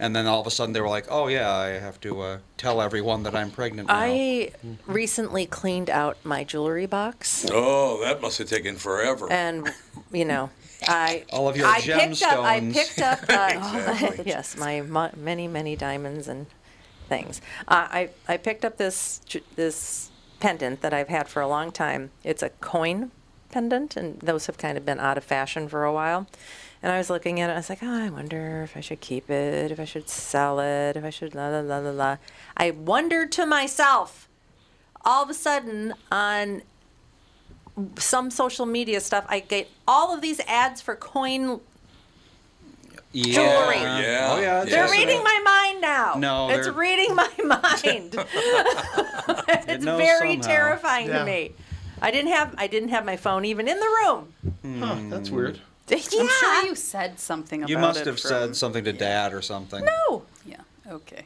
B: And then all of a sudden, they were like, "Oh yeah, I have to uh, tell everyone that I'm pregnant." Now.
G: I recently cleaned out my jewelry box,
A: Oh, that must have taken forever.
G: and you know, I
B: All of your
G: I picked up. I
B: gemstones.
G: picked up. Uh, yes, my mu- many many diamonds and things. Uh, I I picked up this ju- this pendant that I've had for a long time. It's a coin pendant, and those have kind of been out of fashion for a while. And I was looking at it. I was like, oh, I wonder if I should keep it, if I should sell it, if I should la la la la la. I wondered to myself. All of a sudden, on some social media stuff, I get all of these ads for coin
B: yeah.
G: Jewelry.
B: Yeah. Oh yeah. it's
G: they're
B: also-
G: reading my mind now.
B: No,
G: it's
B: they're-
G: reading my mind. it's
B: knows
G: very
B: somehow.
G: terrifying
B: Yeah.
G: to me. I didn't have I didn't have my phone even in the room.
C: Huh, that's weird.
G: Yeah.
F: I'm sure you said something about
B: Hmm. You must
F: it
B: have
F: from-
B: said something to dad or something.
G: No.
F: Yeah. Okay.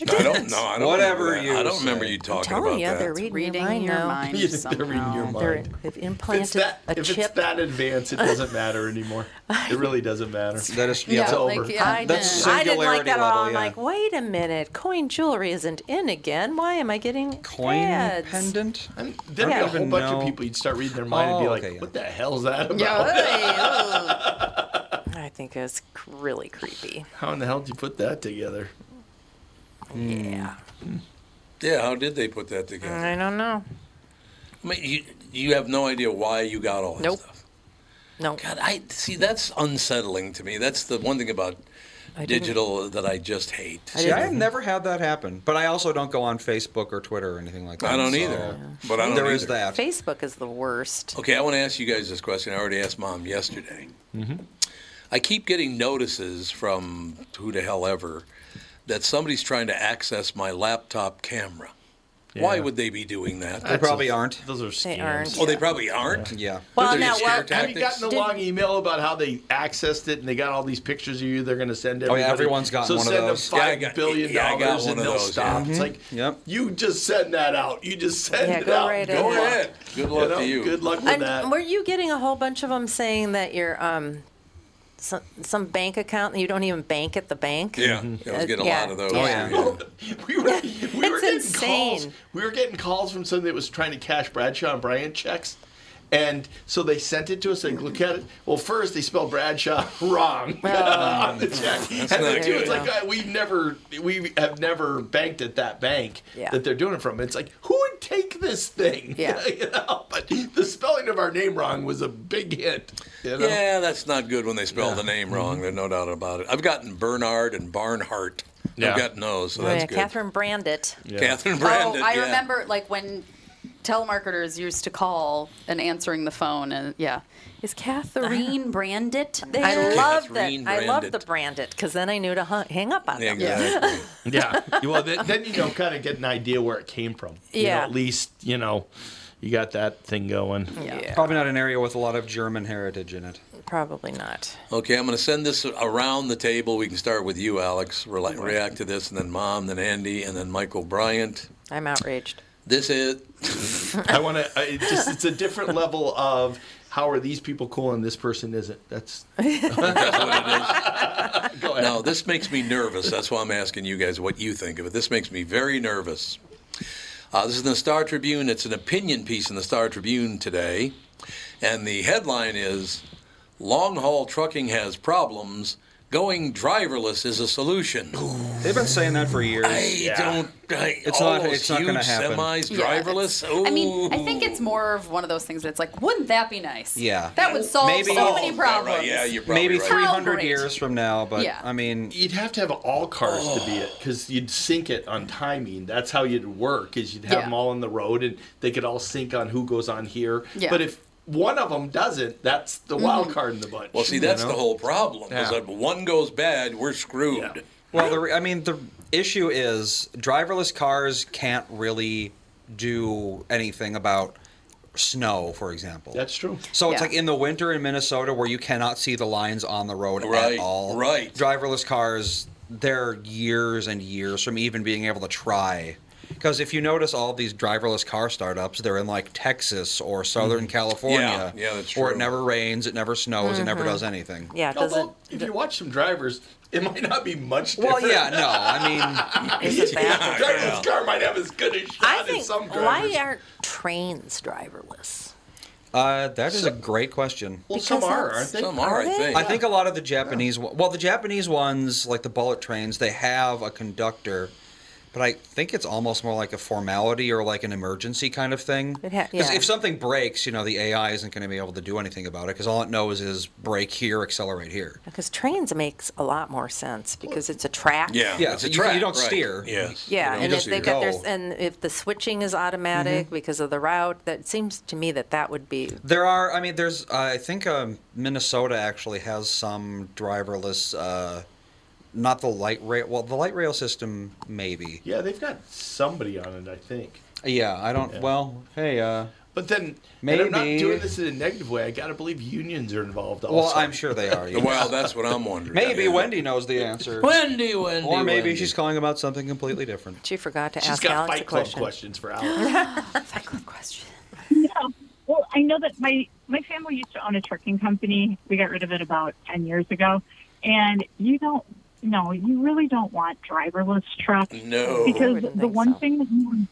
A: I don't know. I don't
B: Whatever
A: remember that.
B: you
A: I don't
B: say.
A: remember you
B: I'm
A: talking
G: telling
A: about
G: you,
A: that.
G: they're reading, your mind now.
C: Yeah, they're reading your mind.
G: They've implanted
C: if it's that,
G: a
C: if
G: chip.
C: it's that advanced, it doesn't matter anymore. It really doesn't matter.
B: That is,
C: yeah, it's over.
G: I, didn't, I didn't like that at all. I'm like, wait a minute, coin jewelry isn't in again. Why am I getting
B: Coin
G: ads?
B: pendant?
C: And There'd
G: Yeah.
C: be a whole
B: even
C: bunch of
B: know.
C: people. You'd start reading their mind and be
B: Oh,
C: like,
B: okay, yeah.
C: "What the hell's that about?"
G: I think it's cr- really creepy.
B: Hmm.
C: How in the hell did you put that together?
G: Yeah.
A: Yeah, how did they put that together?
G: I don't know. Mm.
A: I mean, you, you have no idea why you got all that
G: Nope.
A: stuff.
G: No.
A: God, I see. That's unsettling to me. That's the one thing about
B: I didn't-
A: digital that I just hate.
B: See, I have never had that happen, but I also don't go on Facebook or Twitter or anything like that.
A: I don't
B: so-
A: either, but I don't
B: There is
A: either.
B: that.
G: Facebook is the worst.
A: Okay, I want to ask you guys this question. I already asked mom yesterday.
G: Mm-hmm.
B: Mhm.
A: I keep getting notices from who the hell ever that somebody's trying to access my laptop camera. Why
B: Yeah.
A: would they be doing that?
B: They That's probably a- aren't.
L: Those are
G: They aren't.
A: Oh, they probably aren't.
B: Yeah.
G: Well,
A: They're
G: now,
A: just
G: well,
A: scare
C: Have you
A: tactics?
C: gotten a long email about how they accessed it and they got all these pictures of you? They're going to send
B: Oh,
C: everybody.
B: yeah, everyone's gotten
C: so
B: one of
C: send
B: those.
C: them
B: Yeah, I
C: five
B: got-
C: billion
B: yeah, I got
C: dollars
B: one
C: and
B: of
C: they'll
B: those,
C: stop.
B: yeah.
C: It's
B: Mhm.
C: like you just send that out. You just send
G: Yeah,
C: it
G: go
C: out.
G: right
C: Good
G: ahead.
C: luck.
A: ahead. Good luck
C: know,
A: to you.
C: Good luck with
G: And
C: that.
G: were you getting a whole bunch of them saying that your um, some, some bank account you don't even bank at the bank?
A: Yeah, I was getting
G: Yeah.
A: a lot of those.
G: Oh, yeah.
C: we were getting calls.
G: insane.
C: We were getting calls from somebody that was trying to cash Bradshaw and Bryant checks. And so they sent it to us. They look at it. Well, first they spelled Bradshaw wrong on the check,
A: That's
C: and then
A: not
C: two,
A: good.
C: it's like uh, we've never, we have never banked at that bank
A: Yeah.
C: that they're doing it from. It's like who would take this thing?
A: Yeah.
C: you know? But the spelling of our name wrong was a big hit. You know?
A: Yeah, that's not good when they spell the name wrong. There's no doubt about it. I've gotten Bernard and Barnhart.
C: Yeah.
A: I've gotten those, so
G: Oh,
A: that's
G: yeah,
A: good.
G: Catherine Brandit.
A: Catherine Brandon.
F: oh, I
A: yeah.
F: remember like when telemarketers used to call and answering the phone, and yeah, is Catherine Brandit there?
G: I love that.
F: Catherine
G: I love
F: Brandit.
G: the Brandit because then I knew to hu- hang up on them.
C: Yeah. Well, then, then you know, kind of get an idea where it came from. You know,
G: Yeah.
C: at least you know, you got that thing going.
G: Yeah.
B: Probably not an area with a lot of German heritage in it.
G: Probably not.
A: Okay, I'm going to send this around the table. We can start with you, Alex. Rela react to this, and then Mom, then Andy, and then Michael Bryant.
G: I'm outraged.
A: This is.
C: I want to. It just it's a different level of how are these people cool and this person isn't. That's
A: No, this makes me nervous. That's why I'm asking you guys what you think of it. This makes me very nervous. Uh, this is in the Star Tribune. It's an opinion piece in the Star Tribune today. And the headline is Long haul trucking has problems. Going driverless is a solution.
B: They've been saying that for years.
A: I don't. I,
B: It's
A: all
B: not-
A: Those
B: it's not
A: huge
B: gonna happen.
A: Semis
B: Yeah,
A: driverless. Oh,
F: I mean, I
A: Ooh.
F: think it's more of one of those things that's like, wouldn't that be nice?
B: Yeah.
F: That would solve
B: Maybe-
F: so many problems.
B: Maybe
F: right.
B: 300
F: Calibrate.
B: years from now, but
F: Yeah.
B: I mean,
C: you'd have to have all cars to be it because you'd sync it on timing. That's how you'd work. Is you'd have
F: Yeah.
C: them all on the road and they could all sync on who goes on here.
A: Yeah.
C: But if one of them doesn't, that's the
F: Mm-hmm.
C: wild
A: Mhm.
C: card in the bunch.
A: Well, see,
C: you
A: that's
C: know?
A: the whole problem. Is
C: Yeah.
A: that one goes bad, we're screwed.
B: Well, the, re- I mean, the issue is driverless cars can't really do anything about snow, for example.
C: That's true.
B: So it's
C: Yeah.
B: like in the winter in Minnesota where you cannot see the lines on the road
A: Right,
B: at all.
A: right.
B: Driverless cars, they're years and years from even being able to try. Because if you notice all these driverless car startups, they're in like Texas or Southern
A: Mhm.
B: California.
A: Yeah, yeah, that's
B: Where it
A: true.
B: never rains, it never snows, it never
C: Mhm.
B: does anything.
G: Mm-hmm. Yeah, it doesn't.
C: Although, if you watch some drivers, it might not be much
B: Well,
C: different.
B: yeah, no. I mean,
C: Yeah, driverless car might have as good a shot
G: I think
C: as some drivers.
G: why aren't trains driverless?
B: Uh, that is
G: So-
B: a great question.
G: Well, some Because are, that's- aren't they? Some are, I Are they? think.
B: I think a lot of the Japanese, one- well, the Japanese ones, like the bullet trains, they have a conductor, but I think it's almost more like a formality or like an emergency kind of thing.
G: It ha-
B: 'Cause
G: yeah.
B: if something breaks, you know, the AI isn't going to be able to do anything about it because all it knows is brake here, accelerate here.
G: Because trains makes a lot more sense because it's a track.
B: yeah.
A: it's
B: so
A: a
B: you,
A: track,
B: you don't
A: right.
B: steer.
A: Yes.
G: Yeah,
B: You
G: and
B: just
G: if they've got their
B: go.
G: and if the switching is automatic because of the route, that seems to me that that would be
B: There are. I mean, there's. I think um, Minnesota actually has some driverless. Uh, not the light rail. Well, the light rail system, maybe.
C: Yeah, they've got somebody on it, I think.
B: Yeah, I don't.
C: Yeah.
B: Well, hey. Uh,
C: but then
B: maybe.
C: And I'm not doing this in a negative way. I got to believe unions are involved also.
B: Well, I'm sure they are. yes.
A: Well, that's what I'm wondering.
B: Maybe
A: Yeah.
B: Wendy knows the answer.
A: Wendy, Wendy,
B: Or maybe
A: Wendy.
B: she's calling about something completely different.
G: She forgot to
B: She's
G: ask
B: got
G: Alex
B: Fight
G: a
B: Club
G: question.
B: questions for
G: Fight Club question.
O: Yeah. Well, I know that my my family used to own a trucking company. We got rid of it about ten years ago, and you don't. No, you really don't want driverless trucks.
A: No. I
O: because
A: wouldn't
O: the
A: think
O: one thing that you,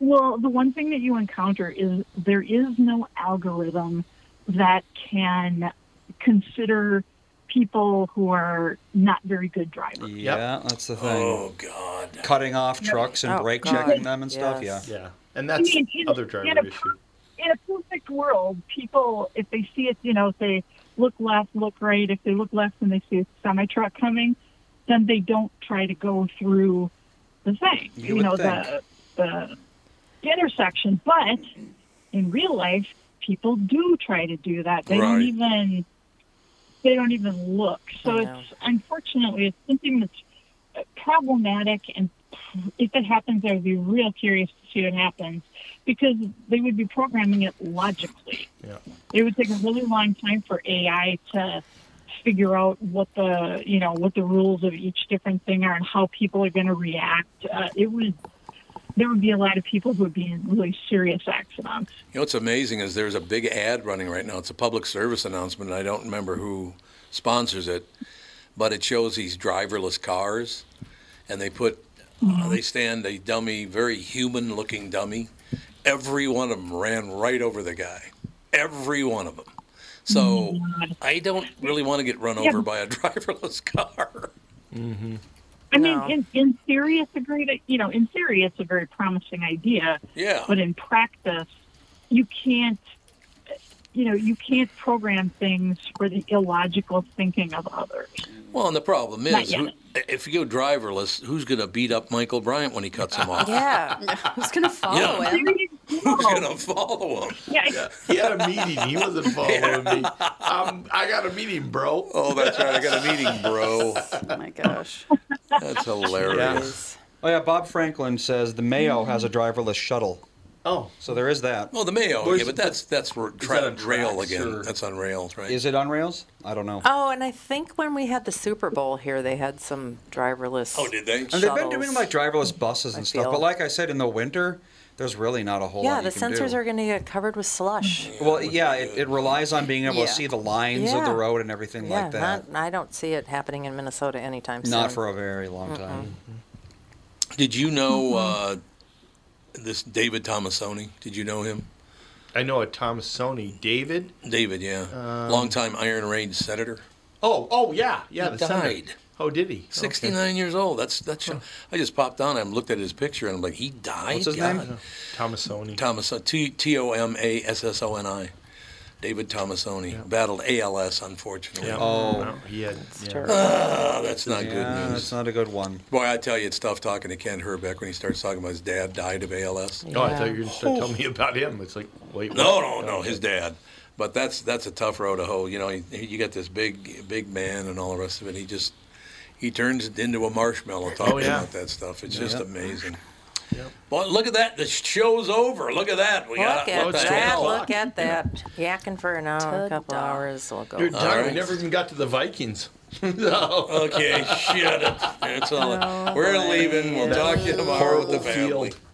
O: well, the one thing that you encounter is there is no algorithm that can consider people who are not very good drivers.
B: Yeah, that's the thing.
L: Oh,
A: God.
B: Cutting off
O: Yeah.
B: trucks and
O: Oh,
B: brake
O: God.
B: checking them and stuff.
O: Yes.
B: Yeah.
L: Yeah. And
O: I
L: that's
O: mean, in-
L: other driver
O: in a-
L: issue.
O: In a perfect world, people, if they see it, you know, say, look left, look right. If they look left and they see a semi truck coming, then they don't try to go through the thing,
P: You
O: you,
P: would
O: know, the,
P: think.
O: the the intersection. But in real life, people do try to do that. They
P: Right.
O: don't even they don't even look. So
P: I know.
O: it's unfortunately it's something that's uh, problematic, and if it happens, I would be real curious to see what happens because they would be programming it logically.
L: Yeah.
O: It would take a really long time for AI to figure out what the you know what the rules of each different thing are and how people are going to react. Uh, it would there would be a lot of people who would be in really serious accidents.
A: You know what's amazing is there's a big ad running right now. It's a public service announcement, and I don't remember who sponsors it, but it shows these driverless cars, and they put
O: Mm-hmm.
A: uh, they stand a dummy, very human-looking dummy. Every one of them ran right over the guy. Every one of them. So I don't really want to get run
O: Mm-hmm. Yeah.
A: over by a driverless car. Mm-hmm.
O: I
A: No.
O: mean, in, in theory, it's a great, you know, in theory, it's a very promising idea.
A: Yeah.
O: But in practice, you can't, you know, you can't program things for the illogical thinking of others.
A: Well, and the problem
O: Not
A: is,
O: yet.
A: who, if you go driverless, who's going to beat up Michael Bryant when he cuts him off?
G: Yeah.
F: Who's going to follow
A: Yeah.
F: him?
A: Who's going to follow him?
O: Oh. Yeah.
C: He had a meeting. He wasn't following me. Um, I got a meeting, bro.
A: Oh, that's right. I got a meeting, bro.
F: Oh my gosh.
A: That's hilarious.
B: Oh yeah, Bob Franklin says the Mayo has a driverless shuttle.
L: Oh,
B: so there is that.
A: Well, the Mayo,
B: Where's-
A: yeah, but that's that's r-
B: that
A: tra-
B: on
A: rail
B: tracks,
A: again.
B: or-
A: That's on rails, right?
B: Is it on rails? I don't know.
G: Oh, and I think when we had the Super Bowl here, they had some driverless.
B: Oh,
A: did they?
B: And they've been doing like driverless buses and
G: I
B: stuff.
G: feel.
B: But like I said, in the winter, there's really not a whole
G: yeah,
B: lot.
G: the sensors are going to get covered with slush.
B: Well, yeah, it, it relies on being able
G: Yeah.
B: to see the lines of
G: Yeah.
B: the road and everything
G: yeah,
B: like that.
G: Not, I don't see it happening in Minnesota anytime soon.
B: Not for a very long time.
A: Did you know uh, this David Tomasoni? Did you know him?
L: I know a Tomasoni. David?
A: David, yeah.
L: Um,
A: Longtime Iron Range senator.
L: Oh, oh yeah, yeah.
A: He
L: the senator.
A: died.
L: Oh, did he? Okay.
A: 69 years old. That's that's. I just popped on and looked at his picture and I'm like, he died.
L: What's his
A: God.
L: name? Tomasoni.
A: Thomas uh, T T O M A S S O N I. David Tomasoni battled ALS, unfortunately.
B: Oh,
L: he had.
A: Ah, that's not good
B: Yeah,
A: news.
B: That's not a good one.
A: Boy, I tell you, it's tough talking to Ken Herbeck when he starts talking about his dad died of ALS.
L: Oh, I thought you were going to start telling me about him. It's like, wait.
A: No,
L: what? Oh,
A: no, no, his dad. But that's that's a tough road to hoe. You know, you, you got this big big man and all the rest of it. He just he turns it into a marshmallow talking
L: Oh, yeah.
A: about that stuff. It's just
L: Yeah.
A: amazing. Well, look at that. The show's over. Look at that. We
G: Look
A: got
G: at
L: Oh,
A: what the
G: that!
A: hell?
G: Look at that! Yakking for an hour, a couple hours.
F: Oh,
G: We'll go.
L: Dude,
G: home.
L: Doug, we never even got to the Vikings.
A: Okay, shut it. That's all. We're leaving. We'll talk to you tomorrow with the family.